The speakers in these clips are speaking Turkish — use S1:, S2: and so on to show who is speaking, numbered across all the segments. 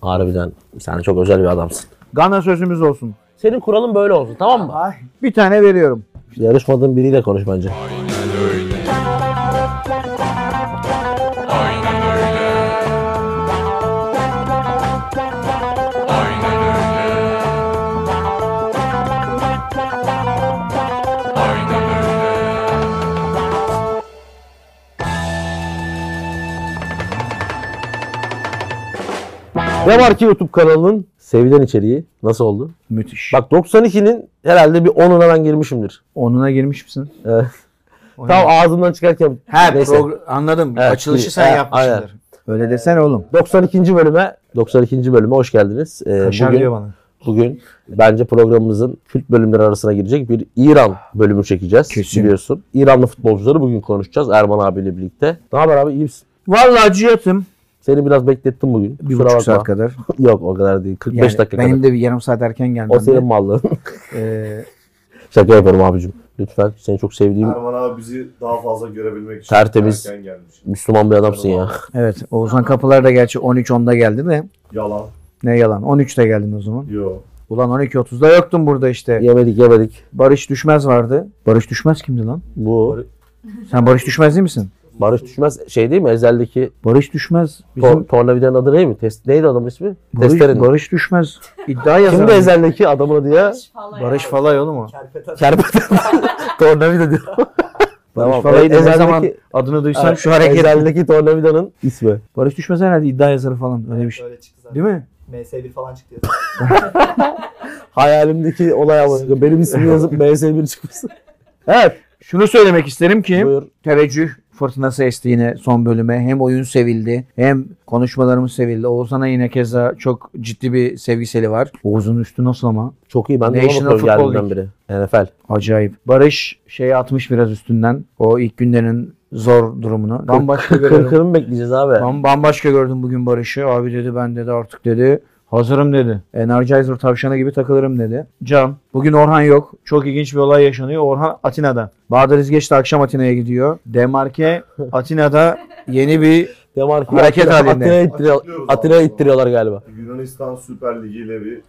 S1: Harbiden sen çok özel bir adamsın.
S2: Gana sözümüz olsun.
S1: Senin kuralın böyle olsun tamam mı?
S2: Bir tane veriyorum.
S1: Yarışmadığın biriyle konuş bence. Ne var ki YouTube kanalının sevilen içeriği nasıl oldu?
S2: Müthiş. Bak
S1: Bak 92'nin herhalde bir 10'una ben girmişimdir.
S2: onuna girmiş misin?
S1: Evet.
S3: O
S1: Tam ağzımdan çıkarken.
S3: Ha
S1: Neyse.
S3: progr- anladım.
S1: Evet,
S3: Açılışı
S1: bir-
S3: sen
S1: evet,
S3: yapmışsındır.
S2: Öyle desene oğlum.
S1: 92. bölüme 92. bölüme hoş geldiniz. Ee,
S3: Kaşar
S1: bugün
S3: diyor bana.
S1: bugün bence programımızın kült bölümleri arasına girecek bir İran bölümü çekeceğiz
S2: Kesin.
S1: biliyorsun. İranlı futbolcuları bugün konuşacağız Erman abiyle birlikte. Ne haber abi iyi misin?
S2: Vallahi Cihat'ım.
S1: Seni biraz beklettim bugün.
S2: Bir
S1: Kusura
S2: buçuk
S1: bakma.
S2: saat kadar.
S1: Yok o kadar değil. 45
S2: Yani
S1: dakika
S2: benim
S1: kadar.
S2: de bir yarım saat erken gelmem.
S1: O senin mallığın.
S2: Ee,
S1: Şaka yapıyorum abicim. Lütfen seni çok sevdiğim
S4: Erman abi bizi daha fazla görebilmek için
S1: Tertemiz.
S4: erken gelmiş.
S1: Müslüman bir adamsın ya.
S2: evet Oğuzhan Kapılar da gerçi 13.10'da geldi de.
S4: Yalan.
S2: Ne yalan 13'te geldin o zaman.
S4: Yo.
S2: Ulan 12.30'da yoktun burada işte.
S1: yemedik yemedik.
S2: Barış Düşmez vardı. Barış Düşmez kimdi lan?
S1: Bu
S2: Sen Barış Düşmez değil misin?
S1: Barış Düşmez şey değil mi? Ezel'deki
S2: Barış Düşmez
S1: Bizim...
S2: bizim
S1: Tornavidanın adı neydi? Test, neydi adamın ismi?
S2: Barış,
S1: Testerin.
S2: Barış Düşmez iddia yazan.
S1: Kimdi Ezel'deki adamın adı ya?
S3: Barış Falay oğlum o.
S1: Kerpeten. Tornavida diyor.
S2: Barış
S1: Tamam.
S2: Falay
S1: Ezel'deki-
S2: ne zaman adını duysam şu hareket.
S1: Ezel'deki tornavidanın ismi.
S2: Barış Düşmez herhalde iddia yazarı falan öyle bir şey.
S5: Öyle çıktı zaten.
S2: Değil mi?
S5: MS1 falan çıktı.
S1: Hayalimdeki olay ama benim ismimi yazıp MS1 çıkması.
S2: Evet. Şunu söylemek isterim ki
S1: Buyur.
S2: teveccüh fırtınası esti yine son bölüme. Hem oyun sevildi hem konuşmalarımız sevildi. Oğuzhan'a yine keza çok ciddi bir sevgiseli var. Oğuz'un üstü nasıl ama?
S1: Çok iyi. Ben de
S2: National
S1: ona bakıyorum
S2: Football
S1: geldiğimden beri. NFL.
S2: Acayip. Barış şeyi atmış biraz üstünden. O ilk günlerin zor durumunu. Bambaşka görüyorum.
S1: Kırkını mı bekleyeceğiz abi?
S2: Bam- bambaşka gördüm bugün Barış'ı. Abi dedi ben dedi artık dedi. Hazırım dedi. Energizer tavşanı gibi takılırım dedi. Can. Bugün Orhan yok. Çok ilginç bir olay yaşanıyor. Orhan Atina'da. Bahadır İzgeç de akşam Atina'ya gidiyor. Demarke Atina'da yeni bir
S1: Demarki
S2: Hareket
S1: Atina-
S2: halinde.
S1: Atina'ya ittiriyor,
S4: Açıklıyoruz
S1: Atina'ya
S4: aslında.
S1: ittiriyorlar galiba.
S4: Yunanistan Süper Ligi ile bir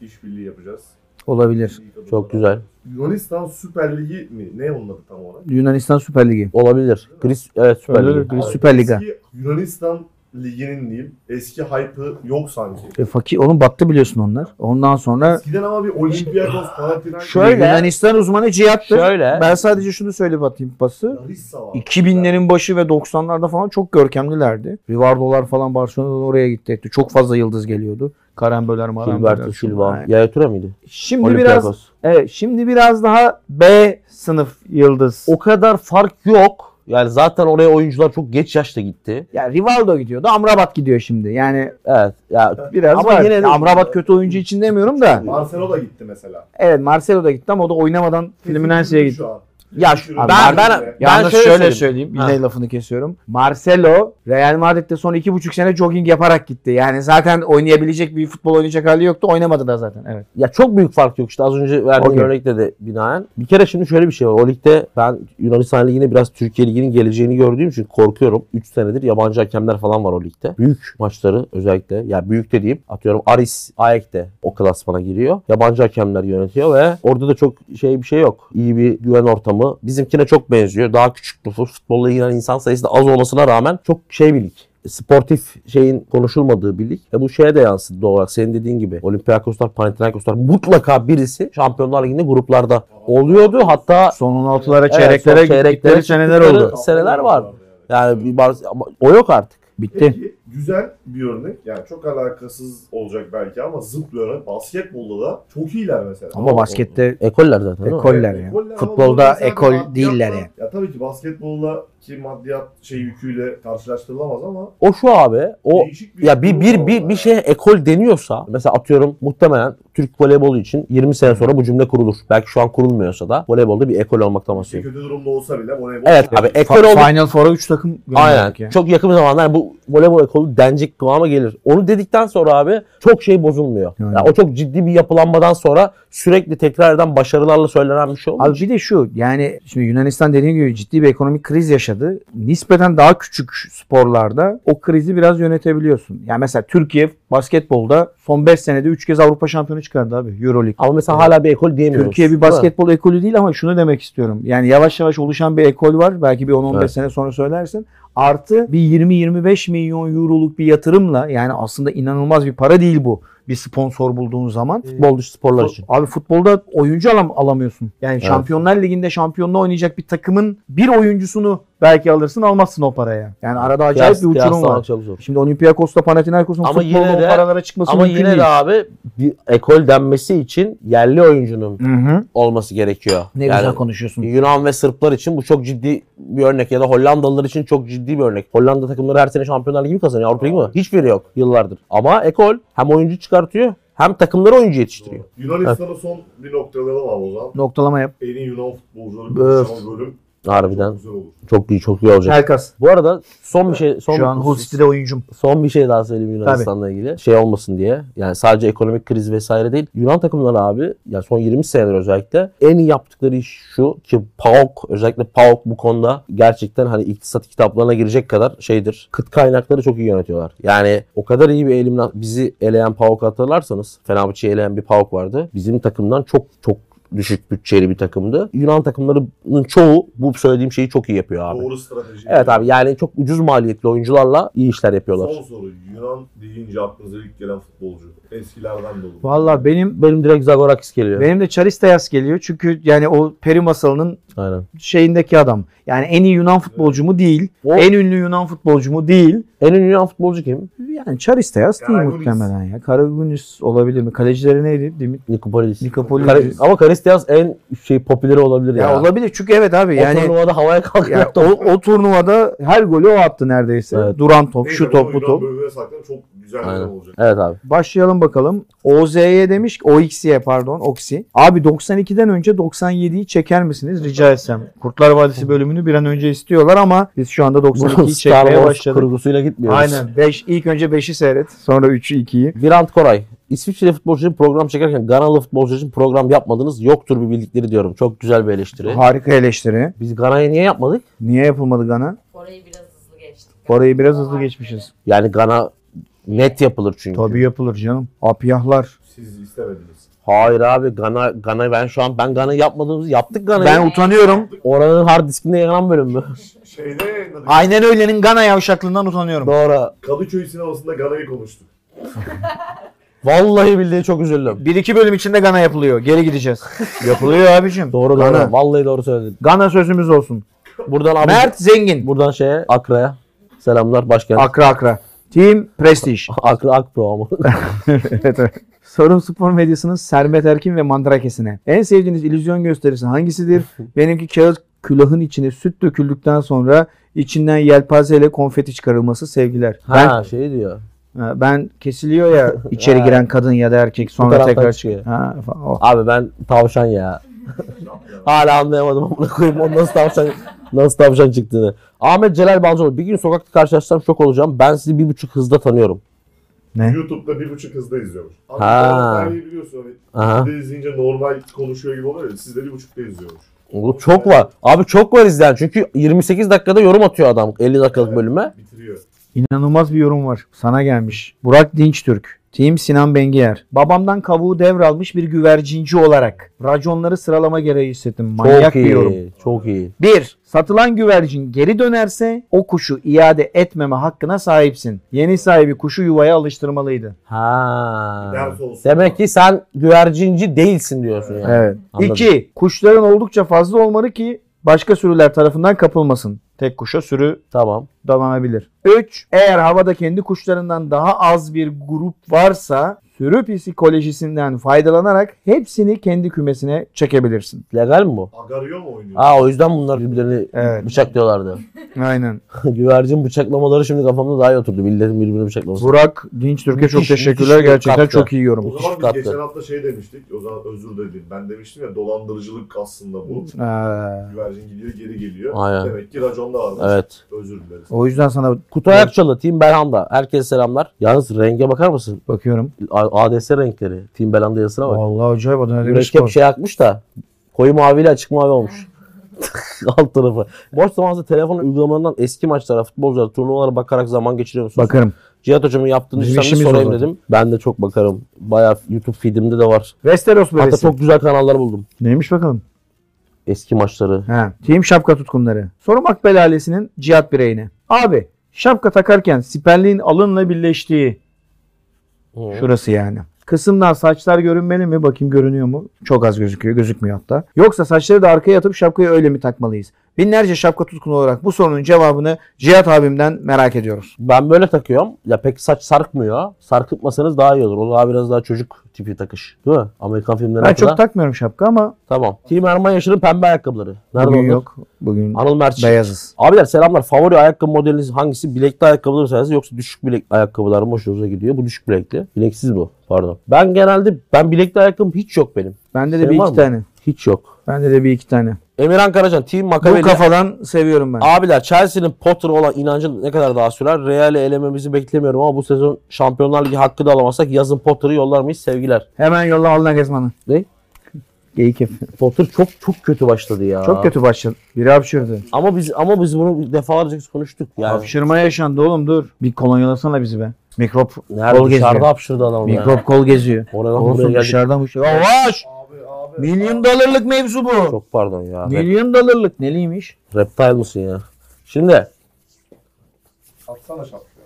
S4: işbirliği yapacağız.
S2: olabilir.
S1: Çok güzel.
S4: Yunanistan Süper Ligi mi? Ne onun adı tam olarak?
S2: Yunanistan Süper Ligi.
S1: Olabilir. Gris, evet Süper
S2: Olabilir,
S1: Ligi.
S2: Gris- Süper Lig'e.
S4: Eski Yunanistan Ligi'nin değil. Eski hype'ı yok sanki.
S2: E, fakir oğlum battı biliyorsun onlar. Ondan sonra
S4: Eskiden ama bir Olympiakos, Panathinaikos,
S1: Şöyle-
S2: Yunanistan uzmanı Cihat'tır.
S1: Şöyle.
S2: Ben sadece şunu söyleyip atayım pası.
S4: Larissa var.
S2: 2000'lerin başı ve 90'larda falan çok görkemlilerdi. Rivardo'lar falan Barcelona'dan oraya gitti etti. Çok fazla yıldız geliyordu. Karamböler, maramböler.
S1: Gilberto
S2: şunlar.
S1: Silva. Yaya Ture miydi?
S2: Şimdi biraz evet, şimdi biraz daha B sınıf yıldız.
S1: O kadar fark yok. Yani zaten oraya oyuncular çok geç yaşta gitti.
S2: ya Rivaldo gidiyordu. Amrabat gidiyor şimdi. Yani
S1: Evet. Ya
S2: biraz
S1: Ama
S2: var.
S1: yine de-
S2: Amrabat kötü oyuncu için demiyorum da.
S4: Marcelo da gitti mesela.
S2: Evet Marcelo da gitti ama o da oynamadan Fluminense'ye gitti.
S4: Şu an.
S1: ya şu- ben
S2: Abi
S1: ben,
S2: Mar-
S1: ben
S2: Yalnız şöyle, söyleyeyim.
S1: Ha.
S2: Yine lafını kesiyorum. Marcelo Real Madrid'de son iki buçuk sene jogging yaparak gitti. Yani zaten oynayabilecek bir futbol oynayacak hali yoktu. Oynamadı da zaten. Evet.
S1: Ya çok büyük fark yok işte az önce verdiğim
S2: Okey.
S1: örnekte de binaen. Bir kere şimdi şöyle bir şey var. O ligde ben Yunanistan Ligi'ne biraz Türkiye Ligi'nin geleceğini gördüğüm için korkuyorum. 3 senedir yabancı hakemler falan var o ligde. Büyük maçları özellikle yani büyük dediğim atıyorum Aris Aek de o klasmana giriyor. Yabancı hakemler yönetiyor ve orada da çok şey bir şey yok. İyi bir güven ortamı. Bizimkine çok benziyor. Daha küçük nüfus. Futbolla ilgilenen insan sayısı da az olmasına rağmen çok şey bir lig sportif şeyin konuşulmadığı bir lig. E bu şeye de yansıdı doğal olarak. Senin dediğin gibi Olympiakoslar, Panathinaikoslar mutlaka birisi Şampiyonlar Ligi'nde gruplarda oluyordu. Hatta
S2: Son 16'lara
S1: Evet,
S2: çeyreklere
S1: son çeyreklere
S2: gittikleri seneler
S1: çıktıkları-
S2: oldu.
S1: Seneler var.
S4: Yani.
S1: yani bir bar- ama o yok artık.
S2: Bitti.
S4: Peki güzel bir örnek. Yani çok alakasız olacak belki ama zıt bir örnek. Basketbolda da çok iyiler mesela.
S2: Ama baskette
S1: Ekoller zaten. değil mi?
S2: ekol- Ekoller ya.
S4: ekoller ama
S2: Futbolda
S4: bunlar mesela
S2: ekol
S4: maddiyatla-
S2: değiller yani.
S4: Ya tabii ki basketboldaki maddiyat şey yüküyle karşılaştırılamaz ama
S1: O şu abi. O
S4: değişik
S1: ya bir bir
S4: durum
S1: bir,
S4: var
S1: bir şey
S4: ya.
S1: şeye ekol deniyorsa mesela atıyorum muhtemelen Türk voleybolu için 20 sene sonra bu cümle kurulur. Belki şu an kurulmuyorsa da voleybolda bir ekol olmaktan
S4: Şey
S1: bahsediyor.
S4: kötü durumda olsa bile voleybol
S1: Evet abi ekol
S2: fa-
S1: oldu.
S2: Final Four'a 3 takım
S1: Aynen.
S2: gönderdik ya.
S1: Çok yakın bir zamanlar bu voleybol kolu denecek kıvama gelir. Onu dedikten sonra abi çok şey bozulmuyor.
S2: Yani.
S1: Yani o çok ciddi bir yapılanmadan sonra sürekli tekrar eden başarılarla söylenen bir şey olmuyor.
S2: Abi bir de şu yani şimdi Yunanistan dediğim gibi ciddi bir ekonomik kriz yaşadı. Nispeten daha küçük sporlarda o krizi biraz yönetebiliyorsun. Yani mesela Türkiye basketbolda son 5 senede 3 kez Avrupa şampiyonu çıkardı abi EuroLeague.
S1: Ama mesela hala bir ekol diyemiyoruz.
S2: Türkiye bir
S1: değil mi?
S2: basketbol ekolü değil ama şunu demek istiyorum. Yani yavaş yavaş oluşan bir ekol var. Belki bir 10-15
S1: Evet.
S2: sene sonra söylersin. Artı bir 20-25 milyon euroluk bir yatırımla yani aslında inanılmaz bir para değil bu. Bir sponsor bulduğun zaman.
S1: Futbolcu sporlar için.
S2: Abi futbolda oyuncu alam alamıyorsun. Yani Şampiyonlar Ligi'nde şampiyonla oynayacak bir takımın bir oyuncusunu belki alırsın almazsın o paraya. Yani arada acayip
S1: Kıyas-
S2: bir uçurum
S1: kıyaslamak
S2: var.
S1: çok zor.
S2: Şimdi Olympiakos'la Panathinaikos'un
S1: Ama
S2: futbolda
S1: yine
S2: o
S1: de-
S2: paralara çıkması
S1: Ama
S2: mümkün
S1: yine
S2: değil.
S1: de abi bir ekol denmesi için yerli oyuncunun
S2: Hı hı.
S1: olması gerekiyor.
S2: Ne
S1: Yani
S2: güzel konuşuyorsun.
S1: Yunan ve Sırplar için bu çok ciddi bir örnek ya da Hollandalılar için çok ciddi bir örnek. Hollanda takımları her sene şampiyonlar ligi mi kazanıyor? Avrupa ligi mi? Hiçbiri yok yıllardır. Ama ekol hem oyuncu çıkartıyor hem takımları oyuncu yetiştiriyor.
S4: Yunanistan'a son bir noktalayalım abi o zaman.
S2: Noktalama yap.
S4: En iyi Yunan futbolcuları konuşan bölüm çok
S1: Harbiden
S4: güzel olur.
S1: çok iyi çok iyi olacak.
S2: Pelkas.
S1: Bu arada son bir şey son
S2: Şu an Hull City'de oyuncum.
S1: Son bir şey daha söyleyeyim Yunanistan'la ilgili. Şey olmasın diye. Yani sadece ekonomik kriz vesaire değil. Yunan takımları abi yani son 20 senedir özellikle en iyi yaptıkları iş şu ki PAOK özellikle PAOK bu konuda gerçekten hani iktisat kitaplarına girecek kadar şeydir. Kıt kaynakları çok iyi yönetiyorlar. Yani o kadar iyi bir elimle bizi eleyen PAOK hatırlarsanız Fenerbahçe'yi eleyen bir PAOK vardı. Bizim takımdan çok çok düşük bütçeli bir takımdı. Yunan takımlarının çoğu bu söylediğim şeyi çok iyi yapıyor abi.
S4: Doğru strateji.
S1: Evet abi yani çok ucuz maliyetli oyuncularla iyi işler yapıyorlar.
S4: Son soru. Yunan deyince aklınıza ilk gelen futbolcu. Eskilerden de olur.
S2: Valla benim
S1: Benim direkt Zagorakis geliyor.
S2: benim de Charistayas geliyor. Çünkü yani o peri masalının
S1: Aynen.
S2: şeyindeki adam. Yani en iyi Yunan futbolcu mu değil.
S1: O-
S2: En ünlü Yunan futbolcu mu değil.
S1: En ünlü Yunan futbolcu kim?
S2: Yani Charistayas değil
S4: Karagunis.
S2: muhtemelen ya. Karagunis olabilir mi? Kalecileri neydi? Dimit
S1: Nikopolis.
S2: Nikopolis.
S1: Kar- ama Karistias en şey popüleri olabilir
S2: ya,
S1: ya.
S2: olabilir çünkü evet abi
S1: O
S2: yani
S1: turnuvada havaya
S2: ya
S1: kalkıyor.
S2: o, o turnuvada her golü o attı neredeyse.
S1: Evet.
S2: Duran top,
S4: Neyse,
S2: şu top, bu
S4: Yunan
S2: top.
S4: bölümüne saklan çok güzel bir
S1: Aynen.
S4: bölüm olacak.
S1: evet abi.
S2: Başlayalım bakalım. OZ'ye demiş ki OX'ye pardon OX'i. Abi 92'den önce 97'yi çeker misiniz rica etsem. Kurtlar Vadisi bölümünü bir an önce istiyorlar ama biz şu anda
S1: Star
S2: 92'yi çekmeye
S1: Wars
S2: başladık.
S1: kurgusuyla gitmiyoruz.
S2: Aynen. Beş, ilk önce 5'i seyret. Sonra 3'ü 2'yi.
S1: Birant Koray. İsviçreli futbolcu için program çekerken Ganalı futbolcu için program yapmadınız. Yoktur bir bildikleri diyorum. Çok güzel bir eleştiri.
S2: Harika eleştiri.
S1: Biz Gana'yı niye yapmadık?
S2: Niye yapılmadı Gana?
S3: Orayı biraz hızlı geçtik.
S2: Orayı biraz hızlı geçmişiz.
S1: Yani Gana net yapılır çünkü.
S2: Tabii yapılır canım. Apiyahlar.
S4: Siz istemediniz.
S1: Hayır abi Gana Gana ben şu an ben Gana yapmadığımızı yaptık Gana'yı.
S2: Ben utanıyorum.
S1: Oranın hard diskinde yanan bölüm mü?
S4: Şeyde yayınladık.
S2: Aynen öylenin Gana yavşaklığından utanıyorum.
S1: Doğru.
S4: Kadıköy sinemasında Gana'yı konuştuk.
S1: Vallahi billahi çok üzüldüm.
S2: Bir iki bölüm içinde Gana yapılıyor. Geri gideceğiz. yapılıyor abicim.
S1: Doğru
S2: Gana.
S1: doğru. Vallahi doğru söyledin.
S2: Gana sözümüz olsun.
S1: Buradan abi
S2: Mert Zengin.
S1: buradan şeye Akra'ya selamlar başkan.
S2: Akra Akra. Team Prestige.
S1: Akra Akpro ama.
S2: evet, evet. Sorum spor medyasının Sermet Erkin ve Mandrakesine. En sevdiğiniz illüzyon gösterisi hangisidir? Benimki kağıt külahın içine süt döküldükten sonra içinden yelpazeyle konfeti çıkarılması sevgiler. Ben
S1: ha şey diyor.
S2: Ha, Ben kesiliyor ya içeri giren kadın ya da erkek sonra
S1: taraftan
S2: tekrar
S1: çıkıyor.
S2: çıkıyor. Ha, fa- o.
S1: Abi ben tavşan ya. Hala anlayamadım amına koyayım o nasıl tavşan nasıl tavşan çıktığını. Ahmet Celal Balcıoğlu bir gün sokakta karşılaşsam şok olacağım. Ben sizi bir buçuk hızda tanıyorum.
S2: Ne?
S4: YouTube'da bir buçuk hızda izliyormuş.
S1: Ha.
S4: Ha. biliyorsun hani.
S1: Aha.
S4: Bir de izleyince normal konuşuyor gibi oluyor ya. Sizde bir buçukta izliyormuş.
S1: Oğlum çok var. Abi çok var izleyen. Çünkü 28 dakikada yorum atıyor adam 50 dakikalık bölüme.
S4: Bitiriyor.
S2: İnanılmaz bir yorum var. Sana gelmiş. Burak Dinçtürk. Team Sinan Bengiyer. Babamdan kavuğu devralmış bir güvercinci olarak. Raconları sıralama gereği hissettim. Manyak
S1: çok
S2: bir
S1: iyi.
S2: yorum.
S1: Çok iyi.
S2: 1. Satılan güvercin geri dönerse o kuşu iade etmeme hakkına sahipsin. Yeni sahibi kuşu yuvaya alıştırmalıydı.
S1: Ha.
S4: Ders olsun.
S1: Demek ki sen güvercinci değilsin diyorsun yani.
S2: Evet.
S1: Anladım.
S2: 2. Kuşların oldukça fazla olmalı ki başka sürüler tarafından kapılmasın. Tek kuşa sürü
S1: Tamam.
S2: dalanabilir. 3. Eğer havada kendi kuşlarından daha az bir grup varsa sürü psikolojisinden faydalanarak hepsini kendi kümesine çekebilirsin.
S1: Legal mi bu?
S4: Agario mu oynuyor?
S1: Aa o yüzden bunlar birbirlerini
S2: Evet.
S1: bıçaklıyorlardı.
S2: Aynen.
S1: Güvercin bıçaklamaları şimdi kafamda daha iyi oturdu. Milletin birbirini bıçaklaması.
S2: Burak Dinç Türkiye çok
S1: Müthiş,
S2: teşekkürler.
S1: müthiş bir
S2: Gerçekten
S1: katkı.
S2: çok iyi yorum.
S4: O zaman biz
S1: Kattı.
S4: geçen hafta şey demiştik. O zaman özür dilerim. Ben demiştim ya dolandırıcılık aslında bu.
S2: Ee,
S4: Güvercin gidiyor geri geliyor.
S1: Aynen.
S4: Demek ki raconda varmış.
S1: Evet.
S4: Özür dileriz.
S2: o yüzden sana
S1: Kutay Akçalı, Team Belhanda. Herkese selamlar. Yalnız renge bakar mısın?
S2: bakıyorum.
S1: A- ADS renkleri. Team Belhanda yazısına bak.
S2: Vallahi acayip Adana
S1: Mürekkep
S2: Demirspor.
S1: şey akmış da koyu maviyle açık mavi olmuş. Alt tarafı. Boş zamanında telefon uygulamalarından eski maçlara, futbolculara, turnuvalara bakarak zaman geçiriyor musunuz?
S2: Bakarım.
S1: Cihat hocamın yaptığını
S2: Bizim
S1: sen de
S2: işimiz o
S1: sorayım
S2: zaten.
S1: dedim. Ben de çok bakarım. Bayağı YouTube feedimde de var.
S2: Westeros
S1: Hatta
S2: bebesi.
S1: çok güzel kanallar buldum.
S2: Neymiş bakalım?
S1: Eski maçları.
S2: He. Team şapka tutkunları. Sorum Akbel ailesinin cihat bireyine. Abi şapka takarken siperliğin alınla birleştiği şurası yani. Kısımdan saçlar görünmeli mi? Bakayım görünüyor mu? Çok az gözüküyor. Gözükmüyor hatta. Yoksa saçları da arkaya atıp şapkayı öyle mi takmalıyız? Binlerce şapka tutkunu olarak bu sorunun cevabını Cihat abimden merak ediyoruz.
S1: Ben böyle takıyorum. Ya pek saç sarkmıyor. Sarkıtmasanız daha iyi olur. O daha biraz daha çocuk tipi takış. Değil mi? Amerikan filmlerine
S2: Ben
S1: kadar.
S2: çok takmıyorum şapka ama
S1: tamam. Team Erman Yaşar'ın pembe ayakkabıları. Nerede
S2: bugün
S1: onlar?
S2: yok. Bugün
S1: Anıl Merç.
S2: beyazız.
S1: Abiler selamlar. Favori ayakkabı modeliniz hangisi? Bilekli ayakkabılar mı seversiniz yoksa düşük bilek ayakkabılar mı hoşunuza gidiyor? Bu düşük bilekli. Bileksiz bu. Pardon. Ben genelde ben bilekli ayakkabım hiç yok benim.
S2: Bende
S1: Senin
S2: de bir
S1: Şey var
S2: iki
S1: mı?
S2: tane.
S1: Hiç yok.
S2: Bende de bir iki tane.
S1: Emirhan Karacan, Team
S2: Bu
S1: Makabeli.
S2: kafadan seviyorum ben.
S1: Abiler Chelsea'nin Potter olan inancı ne kadar daha sürer? Real'i elememizi beklemiyorum ama bu sezon Şampiyonlar Ligi hakkı da alamazsak yazın Potter'ı yollar mıyız? Sevgiler.
S2: Hemen yolla alına gezmanı.
S1: Ne?
S2: Geyik yap.
S1: Potter çok çok kötü başladı ya.
S2: Çok kötü başladı. Biri hapşırdı.
S1: Ama biz ama biz bunu defalarca konuştuk yani.
S2: Hapşırma yaşandı oğlum dur. Bir kolonyalasana bizi be. Mikrop
S1: Nerede
S2: kol
S1: dışarıda
S2: geziyor.
S1: hapşırdı adam ya.
S2: Mikrop kol geziyor.
S1: Oradan buraya
S2: Olsun
S1: geldik.
S2: dışarıdan bu şey. Yavaş!
S4: Abi abi.
S2: Milyon dolarlık mevzu bu.
S1: Çok pardon ya. Rep-
S2: Milyon dolarlık neliymiş?
S1: reptile mısın ya? Şimdi
S4: Atsana şapkayı.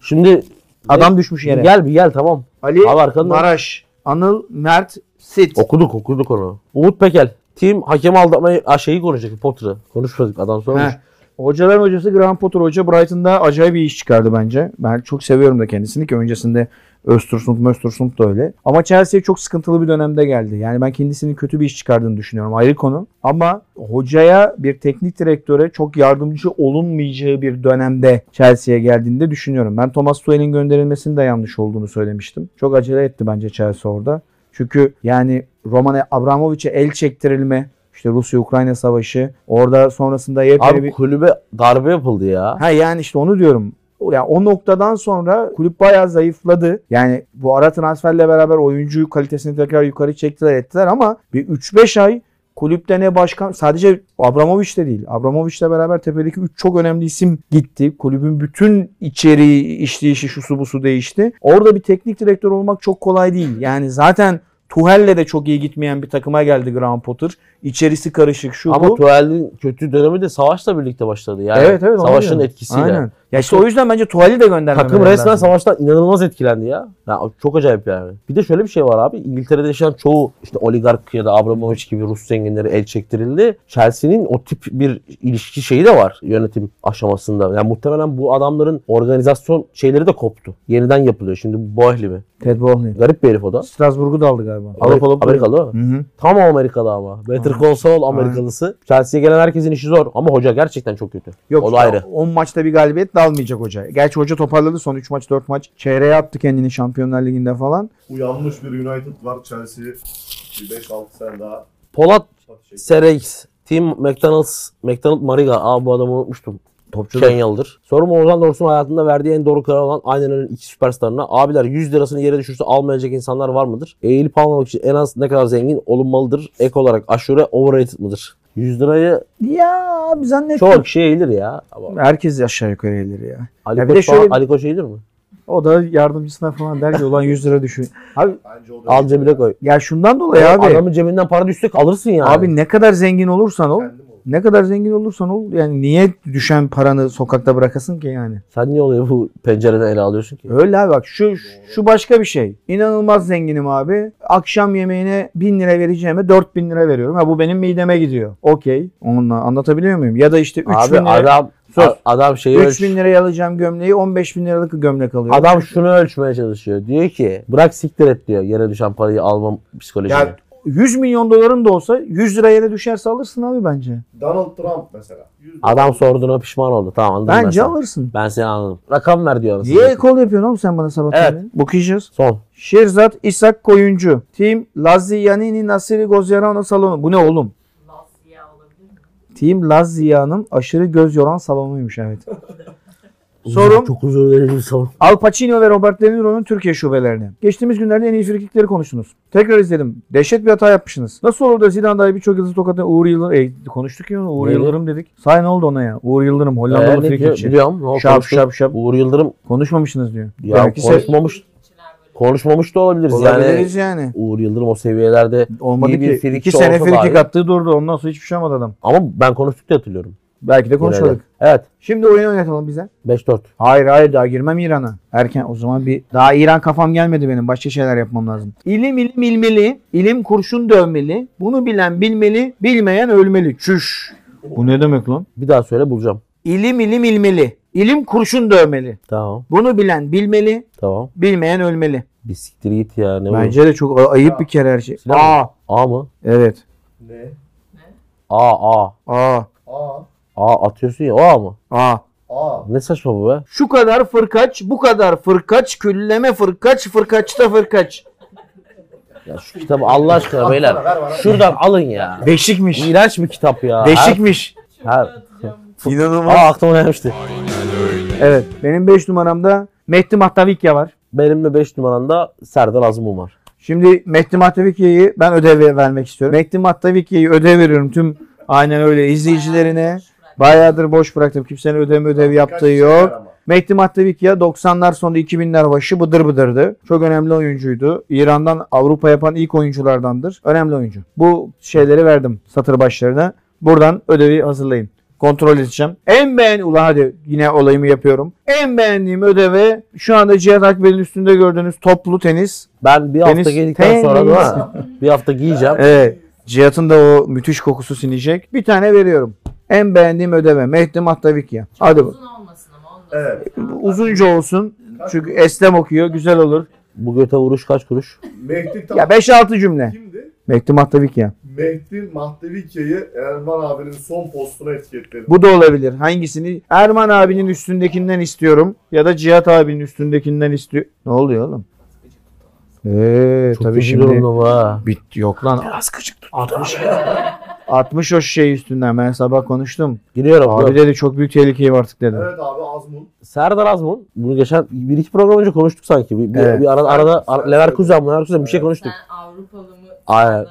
S1: şimdi
S2: Adam düşmüş yere.
S1: gel bir gel tamam.
S2: Ali
S1: Al arkanı.
S2: Maraş, Anıl, Mert, Sit.
S1: Okuduk okuduk onu. Umut Pekel. Team hakemi aldatmayı a, şeyi konuşacak Potter'ı. Konuşmadık adam sormuş.
S2: He. Hocalar hocası Graham Potter hoca Brighton'da acayip bir iş çıkardı bence. Ben çok seviyorum da kendisini ki öncesinde Östersund, Möstersund da öyle. Ama Chelsea çok sıkıntılı bir dönemde geldi. Yani ben kendisinin kötü bir iş çıkardığını düşünüyorum ayrı konu. Ama hocaya bir teknik direktöre çok yardımcı olunmayacağı bir dönemde Chelsea'ye geldiğini de düşünüyorum. Ben Thomas Tuchel'in gönderilmesinin de yanlış olduğunu söylemiştim. Çok acele etti bence Chelsea orada. Çünkü yani Roman Abramovich'e el çektirilme, işte Rusya-Ukrayna savaşı, orada sonrasında yepyeni
S1: Abi
S2: bir...
S1: kulübe darbe yapıldı ya.
S2: Ha yani işte onu diyorum. O- Ya o noktadan sonra kulüp bayağı zayıfladı. Yani bu ara transferle beraber oyuncu kalitesini tekrar yukarı çektiler ettiler ama bir 3-5 ay kulüpte ne başkan sadece Abramovich de değil. Abramovich'le beraber tepedeki 3 çok önemli isim gitti. Kulübün bütün içeriği, işleyişi, şusu busu değişti. Orada bir teknik direktör olmak çok kolay değil. Yani zaten Tuhel'le de çok iyi gitmeyen bir takıma geldi Graham Potter. İçerisi karışık şu
S1: Ama
S2: bu.
S1: Tuhel'in kötü dönemi de savaşla birlikte başladı. Yani
S2: Evet, evet, onu
S1: savaşın
S2: diyorum.
S1: etkisiyle.
S2: Aynen. Ya işte o yüzden bence Tuhal'i de göndermemeleri
S1: Takım resmen
S2: lazım.
S1: savaştan inanılmaz etkilendi ya. ya. Çok acayip yani. Bir de şöyle bir şey var abi. İngiltere'de yaşayan çoğu işte oligark ya da Abramovich gibi Rus zenginleri el çektirildi. Chelsea'nin o tip bir ilişki şeyi de var yönetim aşamasında. Yani muhtemelen bu adamların organizasyon şeyleri de koptu. Yeniden yapılıyor. Şimdi bu Boehly mi?
S2: Ted Bohley.
S1: Garip bir herif o da.
S2: Strasbourg'u da aldı galiba.
S1: Alıp alıp Amerikalı değil mi?
S2: Hı hı.
S1: Tam Amerikalı ama. Better Call Saul Amerikalısı. Chelsea'ye gelen herkesin işi zor. Ama hoca gerçekten çok kötü.
S2: Yok
S1: o da
S2: işte
S1: ayrı.
S2: 10 maçta bir galibiyet de almayacak hoca. Gerçi hoca toparladı son 3 maç 4 maç. Çeyreğe attı kendini Şampiyonlar Ligi'nde falan.
S4: Uyanmış bir United var. Chelsea bir 5-6 sene daha
S1: Polat
S4: çatı çekti.
S1: Serex, Tim McDonald's, McDonald Mariga. Aa bu adamı unutmuştum. Topçu Kenyalıdır. Sorum Ozan Dorsun hayatında verdiği en doğru karar olan aynen öyle iki süperstarına. Abiler 100 lirasını yere düşürse almayacak insanlar var mıdır? E, Eğilip almamak için en az ne kadar zengin olunmalıdır? Ek olarak aşure overrated mıdır? 100 lirayı
S2: Ya abi zannetmiyorum.
S1: çoğu kişiye eğilir ya. Ama
S2: Herkes aşağı yukarı eğilir ya.
S1: Ali,
S2: Ya bir
S1: Koç,
S2: de şöyle
S1: falan-
S2: bir-
S1: Ali Koç eğilir mi?
S2: O da yardımcısına falan der ki ulan 100 lira düşün. Abi
S4: Bence o da
S1: Al cebine koy.
S2: ya şundan dolayı abi.
S1: Adamın cebinden para düşse alırsın yani.
S2: Abi ne kadar zengin olursan ol.
S4: kendim oldu.
S2: Ne kadar zengin olursan ol. Yani niye düşen paranı sokakta bırakasın ki yani?
S1: Sen niye olayı bu pencereden ele alıyorsun ki?
S2: Öyle abi bak şu şu başka bir şey. İnanılmaz zenginim abi. Akşam yemeğine 1000 lira vereceğime 4000 lira veriyorum. Ha bu benim mideme gidiyor. Okey. Onunla anlatabiliyor muyum? Ya da işte 3000
S1: Abi
S2: lira.
S1: adam
S2: Sus.
S1: A- Adam şeyi ölç-
S2: 3 bin liraya alacağım gömleği 15 bin liralık gömlek alıyorum.
S1: Adam şunu ölçmeye çalışıyor. Diyor ki bırak siktir et diyor. Yere düşen parayı almam psikolojisi.
S4: Yani
S2: 100 milyon doların da olsa 100 liraya yere düşerse alırsın abi bence.
S4: Donald Trump mesela. Yüz-
S1: Adam sorduğuna pişman oldu. Tamam anladım ben,
S2: Bence
S1: seni.
S2: alırsın.
S1: Ben seni anladım. Rakam ver diyor. anasını
S2: Niye
S1: satayım.
S2: kol yapıyorsun oğlum sen bana sabah?
S1: Evet.
S2: Evet. Okuyacağız.
S1: Son.
S2: Şerzat İshak Koyuncu. Team Laziyanini Nasiri Gozyarano salonu. Bu ne oğlum?
S5: Lazia olabilir mi?
S2: Team Laziya'nın aşırı göz yoran salonuymuş evet. Sorum.
S1: Çok huzur verici bir soru.
S2: Al Pacino ve Robert De Niro'nun Türkiye şubelerine. Geçtiğimiz günlerde en iyi frikikleri konuştunuz. Tekrar izledim. Dehşet bir hata yapmışsınız. Nasıl olur da Zidane dahi birçok yıldızı tokatlayan Uğur Yıldırım... E, konuştuk ya Uğur
S1: Neydi?
S2: Yıldırım dedik. Say ne oldu ona ya? Uğur Yıldırım Hollandalı
S1: Ee, ne diyor,
S2: frikikçi.
S1: biliyorum. O
S2: Şap
S1: konuştu.
S2: şap şap.
S1: Uğur Yıldırım
S2: Konuşmamışsınız diyor.
S1: Ya
S2: Belki se-
S1: konuşmamış- Konuşmamış.
S5: Milliyetçiler böyle.
S1: konuşmamış da olabiliriz. Yani
S2: Olabiliriz yani.
S1: Uğur Yıldırım o seviyelerde
S2: Olmadı
S1: iyi bir
S2: ki.
S1: frikikçi
S2: İki sene
S1: olsa
S2: frikik
S1: bari.
S2: attığı durdu. Ondan sonra hiçbir şey olmadı adam.
S1: ama ben konuştuk diye hatırlıyorum.
S2: Belki de konuşmadık.
S1: Genelde. Evet.
S2: Şimdi oyun oynatalım bize.
S1: 5-4.
S2: Hayır hayır daha girmem İran'a. Erken o zaman bir daha İran kafam gelmedi benim. Başka şeyler yapmam lazım. İlim ilim ilmeli, ilim kurşun dövmeli. Bunu bilen bilmeli, bilmeyen ölmeli. Çüş. Bu ne demek lan?
S1: Bir daha söyle bulacağım.
S2: İlim ilim ilmeli, ilim kurşun dövmeli.
S1: Tamam.
S2: Bunu bilen bilmeli,
S1: Tamam.
S2: bilmeyen ölmeli.
S1: Bir siktir git ya. Ne Bence...
S2: Bence de çok a- ayıp bir kere her şey.
S1: Sinan mı?
S2: Aa.
S1: A mı?
S2: Evet.
S4: Ne?
S1: A A.
S2: Aa.
S4: A.
S1: A atıyorsun ya o A mı?
S2: Aa.
S4: A.
S1: Ne saçma bu be?
S2: Şu kadar fırkaç, bu kadar fırkaç, külleme fırkaç, fırkaçta fırkaç.
S1: Ya şu kitabı Allah aşkına
S4: Ver
S1: beyler.
S4: bana.
S1: Şuradan alın ya.
S2: Beşikmiş.
S1: İğrenç bir kitap ya.
S2: Beşikmiş.
S5: Çöpe
S1: Her-
S5: atacağım.
S1: Aa
S2: İnanılmaz.
S1: aklıma gelmişti.
S2: Evet. Benim 5 numaramda Mehdi Mahtavikya var.
S1: Benim de 5 numaramda Serdar Azmum var.
S2: Şimdi Mehdi Mahtavikya'yı ben ödev ver- vermek istiyorum. Mehdi Mahtavikya'yı ödev veriyorum tüm aynen öyle izleyicilerine. Bayağıdır boş bıraktım. Kimsenin ödev ödev yaptığı yok. Mehdi Matavik ya 90'lar sonu 2000'ler başı bıdır bıdırdı. Çok önemli oyuncuydu. İran'dan Avrupa yapan ilk oyunculardandır. Önemli oyuncu. Bu şeyleri verdim satır başlarına. Buradan ödevi hazırlayın. Kontrol edeceğim. En beğen... Ulan hadi yine olayımı yapıyorum. En beğendiğim ödeve şu anda Cihat Akbel'in üstünde gördüğünüz toplu tenis.
S1: Ben bir hafta
S2: Tenis-
S1: giydikten sonra
S2: tenis.
S1: da bir hafta giyeceğim.
S2: Evet. Cihat'ın da o müthiş kokusu sinecek. Bir tane veriyorum. En beğendiğim ödeme Mehdi Matavik ya.
S5: Çok
S2: Hadi bu.
S5: uzun olmasın ama onu da
S4: Evet.
S2: Uzunca olsun. Çünkü Eslem okuyor. Güzel olur.
S1: Bu göte vuruş kaç kuruş?
S2: E,
S4: Mehdi Tam
S2: Ya 5-6 cümle.
S4: kimdi?
S2: Mehdi Mahtavik ya.
S4: Mehdi Mahdevikya'yı Erman abinin son postuna etiketledi.
S2: Bu da olabilir. Hangisini? Erman abinin üstündekinden istiyorum. Ya da Cihat abinin üstündekinden istiyor. Ne oluyor oğlum? Eee
S1: Çok
S2: tabii
S1: kötü
S2: şimdi.
S1: durumda bu ha.
S2: Bit yok lan. Biraz gıcık 60 o şey üstünden ben sabah konuştum.
S1: Giriyorum.
S2: Abi
S1: Abi
S2: dedi çok büyük tehlikeyim artık dedi.
S4: Evet abi Azmun.
S1: Serdar Azmun. Bunu geçen bir iki program önce konuştuk sanki. Bir, bir,
S2: Evet.
S1: bir arada, arada
S4: Sen- sen
S1: Leverkusen, Leverkusen bir şey
S4: Evet.
S1: konuştuk.
S5: Sen Avrupalı mı?
S1: Aynen.